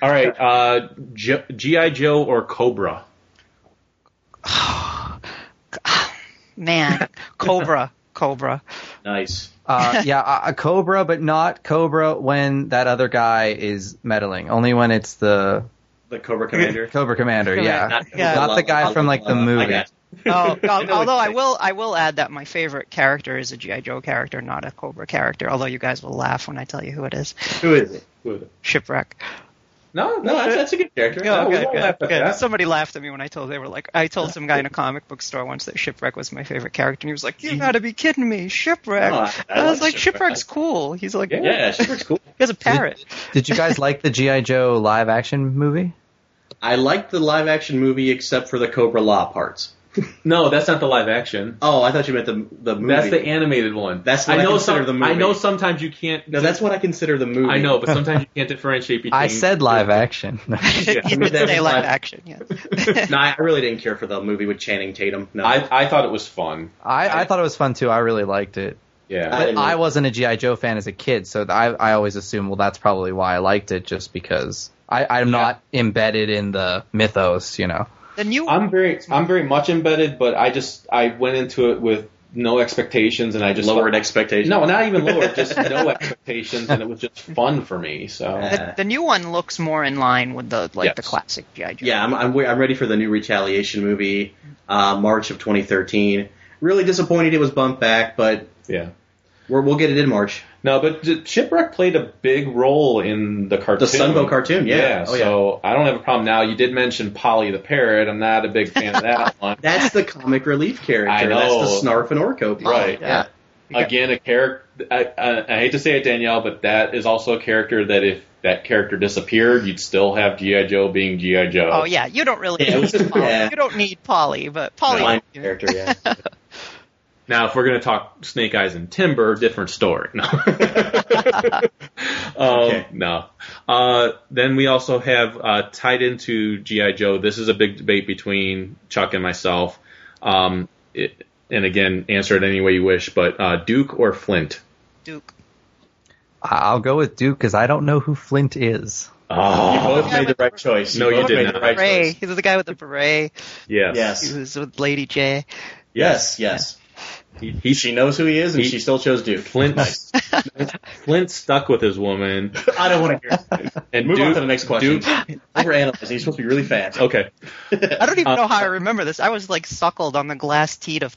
Speaker 4: all right, uh, G- GI Joe or Cobra?
Speaker 6: Man, Cobra, Cobra.
Speaker 5: Nice.
Speaker 7: uh, yeah, a, a Cobra, but not Cobra when that other guy is meddling. Only when it's the
Speaker 5: The Cobra Commander.
Speaker 7: Cobra Commander. Yeah,
Speaker 5: Not,
Speaker 6: Yeah.
Speaker 7: Not the guy from, like, the movie.
Speaker 5: I got you.
Speaker 6: Oh, al-
Speaker 5: know
Speaker 6: although
Speaker 5: it's
Speaker 6: I
Speaker 5: like-
Speaker 6: will, I will add that my favorite character is a GI Joe character, not a Cobra character. Although you guys will laugh when I tell you who it is.
Speaker 5: Who is it?
Speaker 6: Shipwreck.
Speaker 5: No, no, that's, that's a good character. No, we won't laugh at
Speaker 6: Okay,
Speaker 5: that.
Speaker 6: Somebody laughed at me when I told they were like I told some guy in a comic book store once that Shipwreck was my favorite character and he was like,
Speaker 5: Mm.
Speaker 6: You gotta be kidding me, Shipwreck.
Speaker 5: Oh, I- I
Speaker 6: I was
Speaker 5: like
Speaker 6: like,
Speaker 5: Shipwreck.
Speaker 6: Shipwreck's cool. He's like
Speaker 5: Yeah,
Speaker 6: "What?"
Speaker 5: yeah, she looks cool.
Speaker 6: he has a parrot.
Speaker 7: Did you guys like the GI Joe live action movie?
Speaker 5: I like the live action movie except for the Cobra Law parts.
Speaker 4: No, that's not the live action.
Speaker 5: Oh, I thought you meant the the movie.
Speaker 4: That's the animated one.
Speaker 5: That's what I
Speaker 4: know
Speaker 5: consider the movie.
Speaker 4: I know sometimes you can't.
Speaker 5: no, that's what I consider the movie.
Speaker 4: I know, but sometimes you can't differentiate between.
Speaker 7: I said live action.
Speaker 6: you
Speaker 5: mean,
Speaker 6: did
Speaker 5: that
Speaker 6: say
Speaker 5: was
Speaker 6: live
Speaker 5: live-
Speaker 6: action, yeah.
Speaker 5: no, I really didn't care for the movie with Channing Tatum. No,
Speaker 4: I, I thought it was fun.
Speaker 7: I, I thought it was fun too. I really liked it.
Speaker 4: Yeah.
Speaker 5: I-
Speaker 7: But
Speaker 5: didn't
Speaker 7: I
Speaker 5: like-
Speaker 7: wasn't a GI Joe fan as a kid, so I I always assume well that's probably why I liked it just because I I'm not embedded in the mythos, you know.
Speaker 6: The new
Speaker 5: Uh,
Speaker 4: I'm very I'm very much embedded, but I just I went into it with no expectations, and I just
Speaker 5: lowered
Speaker 4: felt-
Speaker 5: expectations.
Speaker 4: No, not even lower, just no expectations, and it was just fun for me. So
Speaker 6: the, the new one looks more in line with the like the
Speaker 4: Yes.
Speaker 6: classic GI Joe.
Speaker 5: yeah, I'm, I'm I'm ready for the new Retaliation movie, uh, March of 2013. Really disappointed it was bumped back, but
Speaker 4: yeah.
Speaker 5: we're, we'll get it in March.
Speaker 4: No, but J- Shipwreck played a big role in the cartoon.
Speaker 5: Sunbow cartoon, yeah. Oh, yeah.
Speaker 4: so I don't have a problem now. You did mention Polly the Parrot. I'm not a big fan of that one.
Speaker 5: That's the comic relief character.
Speaker 4: I
Speaker 5: That's
Speaker 4: know.
Speaker 5: the Snarf and Orco. part.
Speaker 4: Right.
Speaker 5: Yeah.
Speaker 4: Again, a character. I, I, I hate to say it, Danielle, but that is also a character that if that character disappeared, you'd still have GI Joe being GI Joe.
Speaker 6: Oh yeah, you don't really
Speaker 5: Yeah, it
Speaker 6: need
Speaker 5: was-
Speaker 6: Polly.
Speaker 5: yeah.
Speaker 6: You don't need Polly, but Polly
Speaker 5: Blind character. Yeah.
Speaker 4: Now, if we're going to talk Snake Eyes and Timber, different story. No. um, No. Uh, then we also have uh, tied into G.I. Joe. This is a big debate between Chuck and myself. Um, it, and again, answer it any way you wish. But uh, Duke or Flint?
Speaker 6: Duke.
Speaker 7: I- I'll go with Duke because I don't know who Flint is.
Speaker 5: You both
Speaker 6: Yeah,
Speaker 5: made the
Speaker 6: but-
Speaker 5: right choice.
Speaker 4: No, you
Speaker 5: Ah. both
Speaker 4: did
Speaker 5: made
Speaker 4: not.
Speaker 5: The right
Speaker 6: Beret.
Speaker 5: choice.
Speaker 6: He was the guy with the beret.
Speaker 4: Yes.
Speaker 6: He
Speaker 5: Yes.
Speaker 6: was with Lady J.
Speaker 5: Yes. Yes. He, he- she knows who he is, and
Speaker 4: He-
Speaker 5: she still chose Duke.
Speaker 4: Flint. Flint stuck with his woman,
Speaker 5: I don't want to hear. It.
Speaker 4: and
Speaker 5: Move
Speaker 4: Duke,
Speaker 5: on to the next question.
Speaker 4: Duke-
Speaker 5: We're analyzing. You're supposed to be really fast.
Speaker 4: okay.
Speaker 6: I don't even
Speaker 4: Uh,
Speaker 6: know how I remember this. I was like suckled on the glass teat of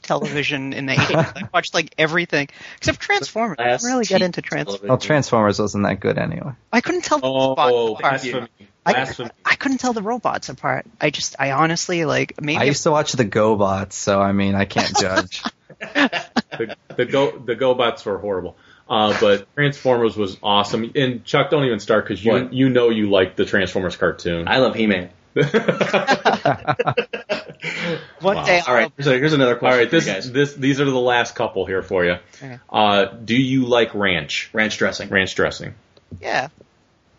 Speaker 6: television in the 80s. I watched like everything except Transformers. I
Speaker 5: Glass
Speaker 6: didn't really get
Speaker 5: teat
Speaker 6: into Transformers.
Speaker 7: Well, Transformers wasn't that good anyway.
Speaker 6: I couldn't tell the
Speaker 4: Oh,
Speaker 6: robots apart.
Speaker 4: blasphemy!
Speaker 6: I,
Speaker 4: Blasphemy!
Speaker 6: I couldn't tell the robots apart. I just, I honestly like maybe
Speaker 7: I used to watch the GoBots, so I mean, I can't judge.
Speaker 4: the, the go the GoBots were horrible. Uh, but Transformers was awesome. And Chuck, don't even start because you
Speaker 5: What?
Speaker 4: you know you like the Transformers cartoon.
Speaker 5: I love He-Man.
Speaker 6: one day.
Speaker 5: All right. Here's, a, here's another
Speaker 4: All
Speaker 5: question.
Speaker 4: right,
Speaker 5: for you
Speaker 4: this
Speaker 5: guys.
Speaker 4: this these are the last couple here for you.
Speaker 6: Okay.
Speaker 4: Uh, do you like ranch
Speaker 5: ranch dressing.
Speaker 4: ranch dressing?
Speaker 6: Yeah.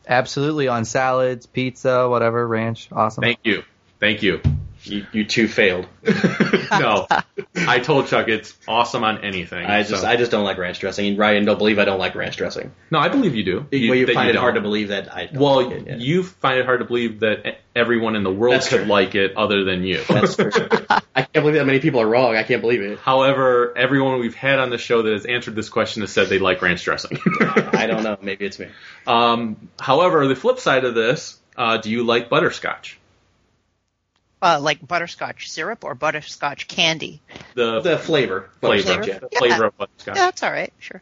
Speaker 7: Absolutely on salads, pizza, whatever, ranch, awesome.
Speaker 4: Thank you, thank you.
Speaker 5: You, you two failed.
Speaker 4: no, I told Chuck it's awesome on anything.
Speaker 5: I just
Speaker 4: so-
Speaker 5: I just don't like ranch dressing. And Ryan, don't believe I don't like ranch dressing.
Speaker 4: no, I believe you do.
Speaker 5: You, well, you
Speaker 4: that
Speaker 5: find it
Speaker 4: don't.
Speaker 5: hard to believe that I. Don't
Speaker 4: Well,
Speaker 5: like it, yeah.
Speaker 4: you find it hard to believe that e- everyone in the world
Speaker 5: That's
Speaker 4: could
Speaker 5: true.
Speaker 4: like it other than you.
Speaker 5: That's true. I can't believe that many people are wrong. I can't believe it.
Speaker 4: However, everyone we've had on the show that has answered this question has said they like ranch dressing.
Speaker 5: I don't know. Maybe it's me.
Speaker 4: um, however, the flip side of this, uh, do you like butterscotch?
Speaker 6: Uh, like butterscotch syrup or butterscotch candy.
Speaker 4: The,
Speaker 5: The flavor.
Speaker 4: flavor,
Speaker 5: Yeah.
Speaker 4: the flavor of
Speaker 6: Yeah,
Speaker 4: butterscotch.
Speaker 6: that's all right. Sure.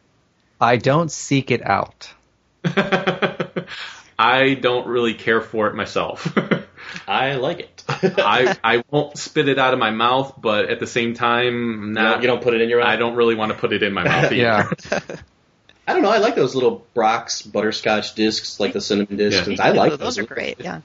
Speaker 7: I don't seek it out.
Speaker 4: I don't really care for it myself.
Speaker 5: I like it.
Speaker 4: I I won't spit it out of my mouth, but at the same time,
Speaker 5: You
Speaker 4: nah,
Speaker 5: don't, you don't put it in your mouth.
Speaker 4: I don't really want to put it in my mouth. Either.
Speaker 7: Yeah.
Speaker 5: I don't know. I like those little Brock's butterscotch discs, like the cinnamon discs.
Speaker 4: Yeah.
Speaker 5: I like
Speaker 6: those.
Speaker 5: those.
Speaker 6: are great. Yeah.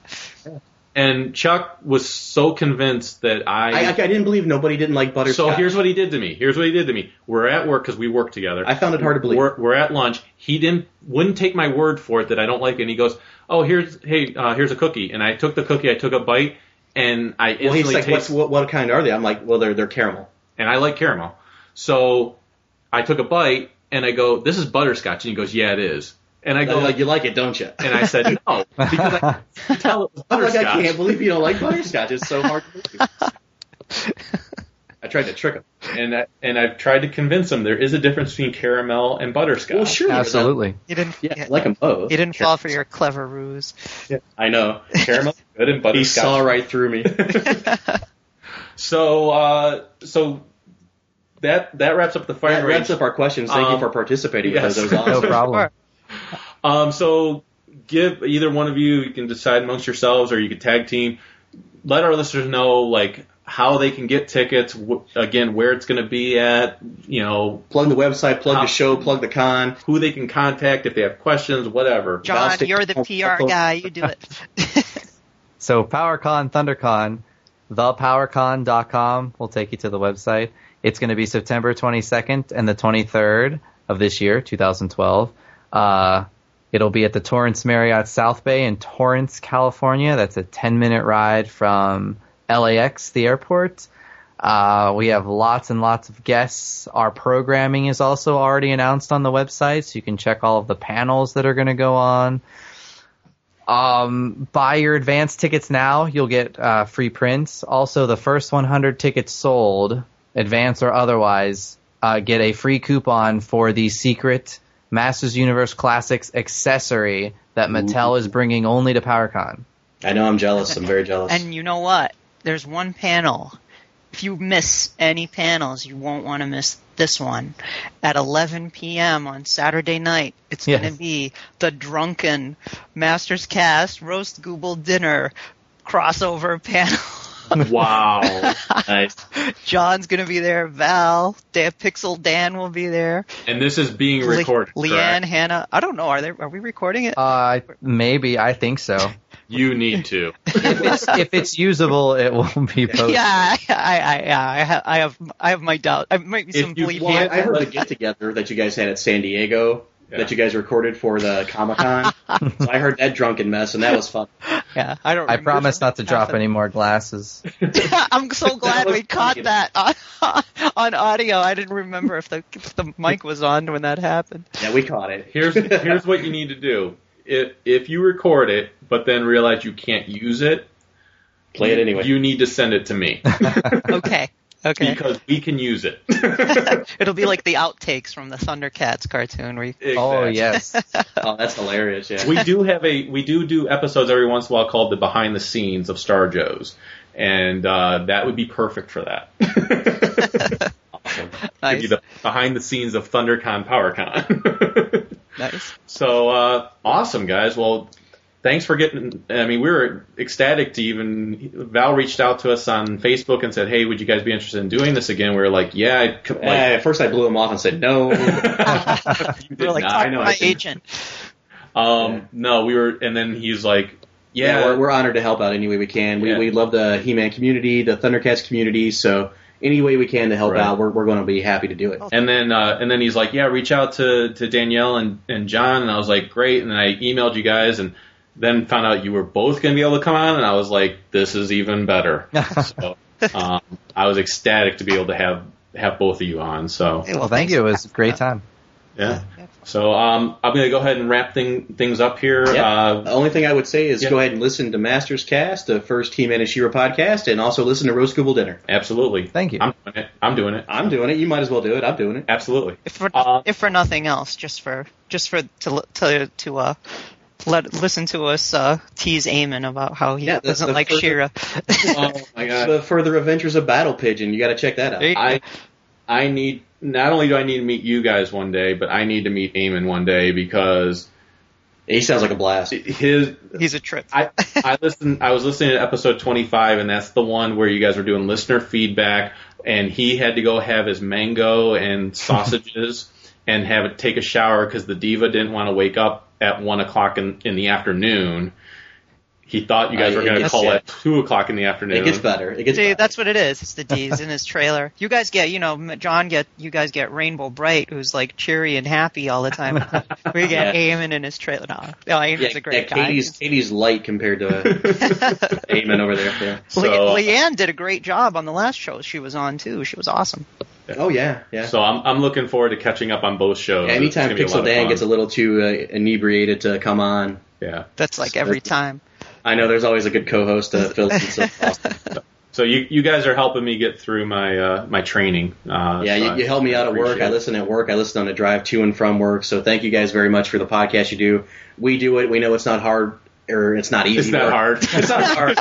Speaker 4: And Chuck was so convinced that
Speaker 5: I, I, I didn't believe nobody didn't like butterscotch.
Speaker 4: So here's what he did to me. Here's what he did to me. We're at work because we work together.
Speaker 5: I found it hard to believe.
Speaker 4: We're, we're at lunch. He didn't wouldn't take my word for it that I don't like it. And he goes, "Oh, here's hey, uh, here's a cookie." And I took the cookie. I took a bite, and I
Speaker 5: well, he's
Speaker 4: instantly
Speaker 5: like, what's,
Speaker 4: tasted.
Speaker 5: what, what kind are they? I'm like, well, they're they're caramel.
Speaker 4: And I like caramel, so I took a bite and I go, "This is butterscotch." And he goes, "Yeah, it is." And I
Speaker 5: I go,
Speaker 4: go,
Speaker 5: like, you like it, don't you?
Speaker 4: and I said, "No," because I could tell it was
Speaker 5: I'm like,
Speaker 4: butterscotch.
Speaker 5: I can't believe you don't like butterscotch. It's so hard. to believe. I tried to trick him.
Speaker 4: and I, and I've tried to convince him there is a difference between caramel and butterscotch.
Speaker 5: Well, sure.
Speaker 7: Absolutely.
Speaker 6: You didn't.
Speaker 5: Yeah, I like them both.
Speaker 6: You didn't fall for your clever ruse.
Speaker 5: I know. Caramel.
Speaker 4: good and butterscotch.
Speaker 5: he saw right through me.
Speaker 4: So, uh, so that that wraps up the firing
Speaker 5: That
Speaker 4: range.
Speaker 5: wraps up our questions. Thank you
Speaker 4: Um,
Speaker 5: for participating
Speaker 4: yes.
Speaker 5: with us. That was
Speaker 7: No
Speaker 5: awesome.
Speaker 7: problem.
Speaker 6: Sure.
Speaker 4: Um, so, give either one of you. You can decide amongst yourselves, or you could tag team. Let our listeners know, like how they can get tickets. Wh- again, where it's going to be at. You know,
Speaker 5: plug the website, plug
Speaker 4: How-
Speaker 5: the show, plug the con.
Speaker 4: who they can contact if they have questions, whatever.
Speaker 6: John,
Speaker 5: Bounced it.
Speaker 6: you're the PR guy. You do it.
Speaker 7: So PowerCon, ThunderCon, thepowercon.com will take you to the website. It's going to be September 22nd and the 23rd of this year, 2012. Uh, it'll be at the Torrance Marriott South Bay in Torrance, California. That's a 10 minute ride from LAX, the airport. Uh, we have lots and lots of guests. Our programming is also already announced on the website, so you can check all of the panels that are going to go on. Um, buy your advance tickets now. You'll get uh, free prints. Also, the first 100 tickets sold, advance or otherwise, uh, get a free coupon for the secret Masters Universe Classics accessory that Mattel is bringing only to PowerCon.
Speaker 5: I know I'm jealous. I'm very jealous.
Speaker 6: And you know what? There's one panel. If you miss any panels, you won't want to miss this one. At 11 p.m. on Saturday night, it's
Speaker 7: Yes.
Speaker 6: going to be the Drunken Masters Cast Roast Google Dinner crossover panel.
Speaker 4: Wow.
Speaker 5: nice.
Speaker 6: John's going to be there. Val, Dan, Pixel Dan will be there.
Speaker 4: and this is being recorded.
Speaker 6: Le- Leanne,
Speaker 4: correct?
Speaker 6: Hannah. I don't know. Are they? Are we recording it?
Speaker 7: Uh, maybe I think so.
Speaker 4: you need to.
Speaker 7: if, it's, if it's usable, it will be posted.
Speaker 6: yeah, I, I, I, yeah, I, have, I have, I have my doubt. I might be
Speaker 4: If
Speaker 6: some
Speaker 4: you
Speaker 6: bleep.
Speaker 5: Well, I, I heard the get together that you guys had at San Diego
Speaker 4: Yeah.
Speaker 5: that you guys recorded for the Comic Con. So I heard that drunken mess, and that was fun.
Speaker 6: Yeah.
Speaker 11: I don't.
Speaker 7: I
Speaker 11: remember
Speaker 7: promise
Speaker 11: that.
Speaker 7: not to drop any more glasses.
Speaker 6: I'm so glad we caught that on, on audio. I didn't remember if the if the mic was on when that happened.
Speaker 5: Yeah, we caught it.
Speaker 4: Here's here's what you need to do. If if you record it, but then realize you can't use it,
Speaker 5: Play it anyway.
Speaker 4: You need to send it to me
Speaker 6: Okay. Okay.
Speaker 4: because we can use it.
Speaker 6: It'll be like the outtakes from the Thundercats cartoon where you,
Speaker 7: Oh
Speaker 4: Exactly.
Speaker 7: yes,
Speaker 5: oh, that's hilarious. Yeah.
Speaker 4: we do have a we do do episodes every once in a while called the behind the scenes of Star Joe's, and uh, that would be perfect for that. Give
Speaker 6: nice,
Speaker 4: you the behind the scenes of ThunderCon PowerCon.
Speaker 6: nice.
Speaker 4: so uh, awesome, guys! Well, thanks for getting. I mean, we were ecstatic to even Val reached out to us on Facebook and said, "Hey, would you guys be interested in doing this again?" We were like, "Yeah, I'd c-
Speaker 5: Eh,
Speaker 4: like."
Speaker 5: at first, I blew him off and said no.
Speaker 4: you
Speaker 6: We're
Speaker 4: did
Speaker 6: like
Speaker 4: not.
Speaker 6: talking
Speaker 5: know,
Speaker 6: to
Speaker 5: I
Speaker 6: my
Speaker 5: think-
Speaker 6: agent.
Speaker 4: Um,
Speaker 5: Yeah.
Speaker 4: No, we were, and then he's like,
Speaker 5: yeah,
Speaker 4: "Yeah,
Speaker 5: we're, we're honored to help out any way we can. We,
Speaker 4: Yeah.
Speaker 5: we love the He-Man community, the Thundercats community, so any way we can to help
Speaker 4: Right.
Speaker 5: out, we're, we're going to be happy to do it.
Speaker 4: And then uh, and then he's like, yeah, reach out to, to Danielle and, and John. And I was like, great. And then I emailed you guys and then found out you were both going to be able to come on. And I was like, this is even better. so um, I was ecstatic to be able to have have both of you on. So
Speaker 7: well, thank you. It was a great time.
Speaker 4: yeah. So um, I'm going to go ahead and wrap thing, things up here.
Speaker 5: Yeah.
Speaker 4: Uh,
Speaker 5: the only thing I would say is
Speaker 4: Yeah.
Speaker 5: go ahead and listen to Masters Cast, the first He-Man and She-Ra podcast, and also listen to Roast Google Dinner.
Speaker 4: absolutely.
Speaker 7: Thank you.
Speaker 4: I'm doing it. I'm doing it.
Speaker 5: I'm doing it. You might as well do it. I'm doing it.
Speaker 4: Absolutely.
Speaker 6: If for
Speaker 4: Uh,
Speaker 6: if for nothing else, just for just for to l- to to uh. Let listen to us uh, tease Eamon about how he
Speaker 5: Yeah, the-
Speaker 6: doesn't
Speaker 5: the
Speaker 6: like
Speaker 5: further-
Speaker 6: Shira.
Speaker 4: oh my God.
Speaker 5: The Further Adventures of Battle Pigeon. You got to check that out.
Speaker 6: There you
Speaker 4: I I need not only do I need to meet you guys one day, but I need to meet Eamon one day because
Speaker 5: He sounds like a blast.
Speaker 4: his
Speaker 6: He's a trip.
Speaker 4: I I listened I was listening to episode 25 and that's the one where you guys were doing listener feedback and he had to go have his mango and sausages and have it take a shower because the diva didn't want to wake up at one o'clock in, in the afternoon. He thought you guys
Speaker 5: Uh,
Speaker 4: were
Speaker 5: it
Speaker 4: going to
Speaker 5: gets-
Speaker 4: call
Speaker 5: yeah.
Speaker 4: at two o'clock in the afternoon.
Speaker 5: It gets better. It gets
Speaker 6: See,
Speaker 5: better.
Speaker 6: that's what it is. It's the D's in his trailer. You guys get, you know, M- John get, you guys get Rainbow Bright, who's like cheery and happy all the time. we get Eamon in his trailer. No, no Eamon's
Speaker 5: yeah,
Speaker 6: a great
Speaker 5: yeah,
Speaker 6: guy.
Speaker 5: Katie's, Katie's light compared to Damon over there. Yeah.
Speaker 6: Le-
Speaker 4: So-
Speaker 6: Leanne did a great job on the last show she was on too. She was awesome.
Speaker 5: Oh yeah, yeah.
Speaker 4: So I'm I'm looking forward to catching up on both shows.
Speaker 5: Yeah,
Speaker 4: It's gonna
Speaker 5: anytime
Speaker 4: be a lot
Speaker 5: Pixel
Speaker 4: of
Speaker 5: Dan
Speaker 4: fun.
Speaker 5: gets a little too uh, inebriated to come on,
Speaker 4: yeah.
Speaker 6: That's like every time.
Speaker 5: I know there's always a good co-host uh, to fill in. So awesome.
Speaker 4: So you you guys are helping me get through my uh, my training. Uh,
Speaker 5: Yeah,
Speaker 4: so
Speaker 5: you,
Speaker 4: I
Speaker 5: you help me out at work.
Speaker 4: appreciate
Speaker 5: I
Speaker 4: it.
Speaker 5: listen at work. I listen on the drive to and from work. So thank you guys very much for the podcast you do. We do it. We know it's not hard or it's not easy.
Speaker 4: It's not
Speaker 5: work.
Speaker 4: hard.
Speaker 5: It's not hard.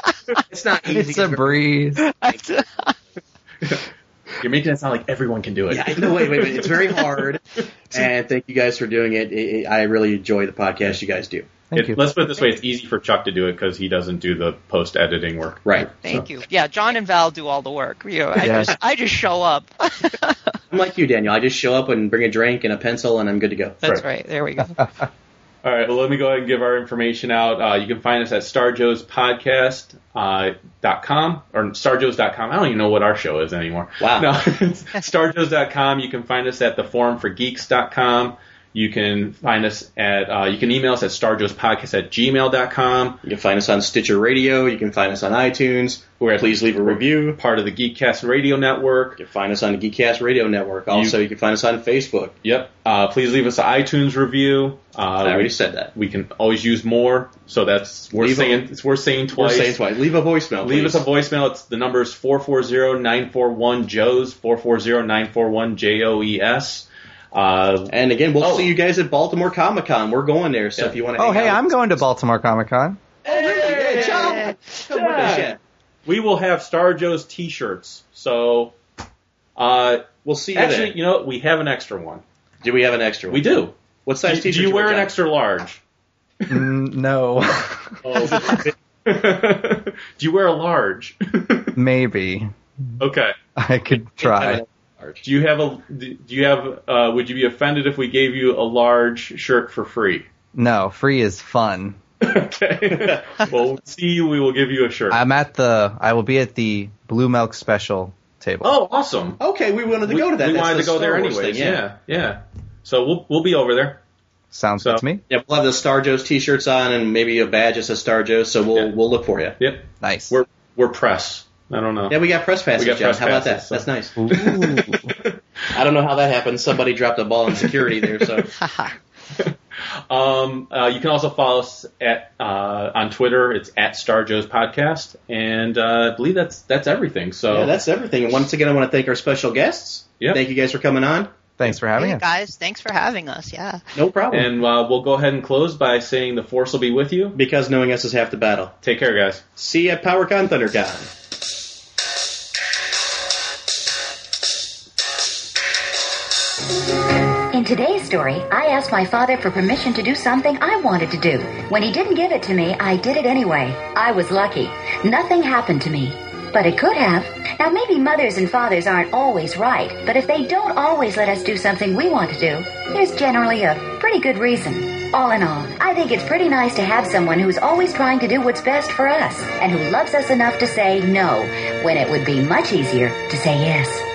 Speaker 5: it's not easy.
Speaker 7: It's a breeze.
Speaker 4: You're making it sound like everyone can do it.
Speaker 5: Yeah, I- no, wait, wait, wait. It's very hard. and thank you guys for doing it. It- it- I really enjoy the podcast you guys do.
Speaker 7: Thank
Speaker 4: It-
Speaker 7: you.
Speaker 4: Let's put it this way: it's easy for Chuck to do it because he doesn't do the post editing work.
Speaker 5: Right.
Speaker 6: Thank you. Yeah, John and Val do all the work. You know, I,
Speaker 7: Yeah.
Speaker 6: just, I just show up.
Speaker 5: I'm like you, Daniel. I just show up and bring a drink and a pencil, and I'm good to go.
Speaker 6: That's
Speaker 4: Right.
Speaker 6: right. There we go.
Speaker 4: All right, well, let me go ahead and give our information out. Uh, you can find us at starjoespodcast.com uh, dot com or starjoes.com. I don't even know what our show is anymore.
Speaker 5: Wow.
Speaker 4: No, it's starjoes.com. You can find us at theforumforgeeks.com. You can find us at, uh, you can email us at starjoespodcast at gmail.com.
Speaker 5: You can find us on Stitcher Radio. You can find us on iTunes.
Speaker 4: We're at-
Speaker 5: Please leave a review.
Speaker 4: Part of the Geekcast Radio Network.
Speaker 5: You can find us on the Geekcast Radio Network. Also, you, can find us on Facebook.
Speaker 4: Yep. Uh, please leave us an iTunes review. Uh,
Speaker 5: I
Speaker 4: we-
Speaker 5: already said that.
Speaker 4: we can always use more. So that's worth
Speaker 5: Leave a-
Speaker 4: saying. It's worth saying
Speaker 5: We're
Speaker 4: twice.
Speaker 5: saying twice. Leave a voicemail.
Speaker 4: Leave us a
Speaker 5: please.
Speaker 4: voicemail. It's the number is 440-941-JOES, 440-941-J-O-E-S. E Uh,
Speaker 5: And again, we'll
Speaker 4: Oh.
Speaker 5: see you guys at Baltimore Comic Con. We're going there, so if you want to.
Speaker 7: Oh, hey, I'm going to Baltimore Comic Con.
Speaker 5: Hey, Come with us, yeah.
Speaker 4: we will have Star Joe's t-shirts. So uh,
Speaker 5: We'll see you
Speaker 4: actually,
Speaker 5: there.
Speaker 4: you know, what? we have an extra one.
Speaker 5: Do we have an extra? One?
Speaker 4: We do.
Speaker 5: What size
Speaker 4: do,
Speaker 5: t-shirt?
Speaker 4: do you wear an
Speaker 5: John?
Speaker 4: extra large?
Speaker 7: Mm, no,
Speaker 4: do you wear a large?
Speaker 7: maybe
Speaker 4: okay.
Speaker 7: I could try.
Speaker 4: Do you have a do you have uh, would you be offended if we gave you a large shirt for free?
Speaker 7: No, free is fun.
Speaker 4: Okay. well, we'll see you. We will give you a shirt.
Speaker 7: I'm at the. I will be at the Blue Milk Special table.
Speaker 4: oh, awesome.
Speaker 5: Okay, we wanted to
Speaker 4: we,
Speaker 5: go to that.
Speaker 4: we
Speaker 5: That's
Speaker 4: wanted
Speaker 5: the
Speaker 4: to go
Speaker 5: Star
Speaker 4: there
Speaker 5: Wars
Speaker 4: anyways.
Speaker 5: thing,
Speaker 4: yeah. yeah, So we'll we'll be over there.
Speaker 7: Sounds
Speaker 4: Oh, So-
Speaker 7: good to me.
Speaker 5: Yeah, we'll have the Star Joe's t-shirts on and maybe a badge that says Star Joe's. So we'll
Speaker 4: Yeah.
Speaker 5: we'll look for you.
Speaker 4: Yep.
Speaker 7: Nice.
Speaker 4: We're we're press. I don't know.
Speaker 5: Yeah, we got press passes,
Speaker 4: We got
Speaker 5: John.
Speaker 4: press
Speaker 5: how about that?
Speaker 4: passes, so-
Speaker 5: That's nice.
Speaker 7: Ooh.
Speaker 5: I don't know how that happened. Somebody dropped a ball in security there. So
Speaker 4: Um, uh, you can also follow us at uh, on Twitter. It's at Star Joe's Podcast, and uh, I believe that's that's everything. So
Speaker 5: yeah, that's everything. And once again, I want to thank our special guests.
Speaker 4: Yep.
Speaker 5: Thank you guys for coming on.
Speaker 7: Thanks for having
Speaker 6: Hey,
Speaker 7: us.
Speaker 6: guys, thanks for having us. Yeah.
Speaker 5: No problem.
Speaker 4: and uh, we'll go ahead and close by saying the force will be with you.
Speaker 5: because knowing us is half the battle.
Speaker 4: Take care, guys.
Speaker 5: See you at PowerCon ThunderCon.
Speaker 11: In today's story, I asked my father for permission to do something I wanted to do. When he didn't give it to me, I did it anyway. I was lucky. Nothing happened to me. But it could have. Now, maybe mothers and fathers aren't always right, but if they don't always let us do something we want to do, there's generally a pretty good reason. All in all, I think it's pretty nice to have someone who's always trying to do what's best for us and who loves us enough to say no when it would be much easier to say yes.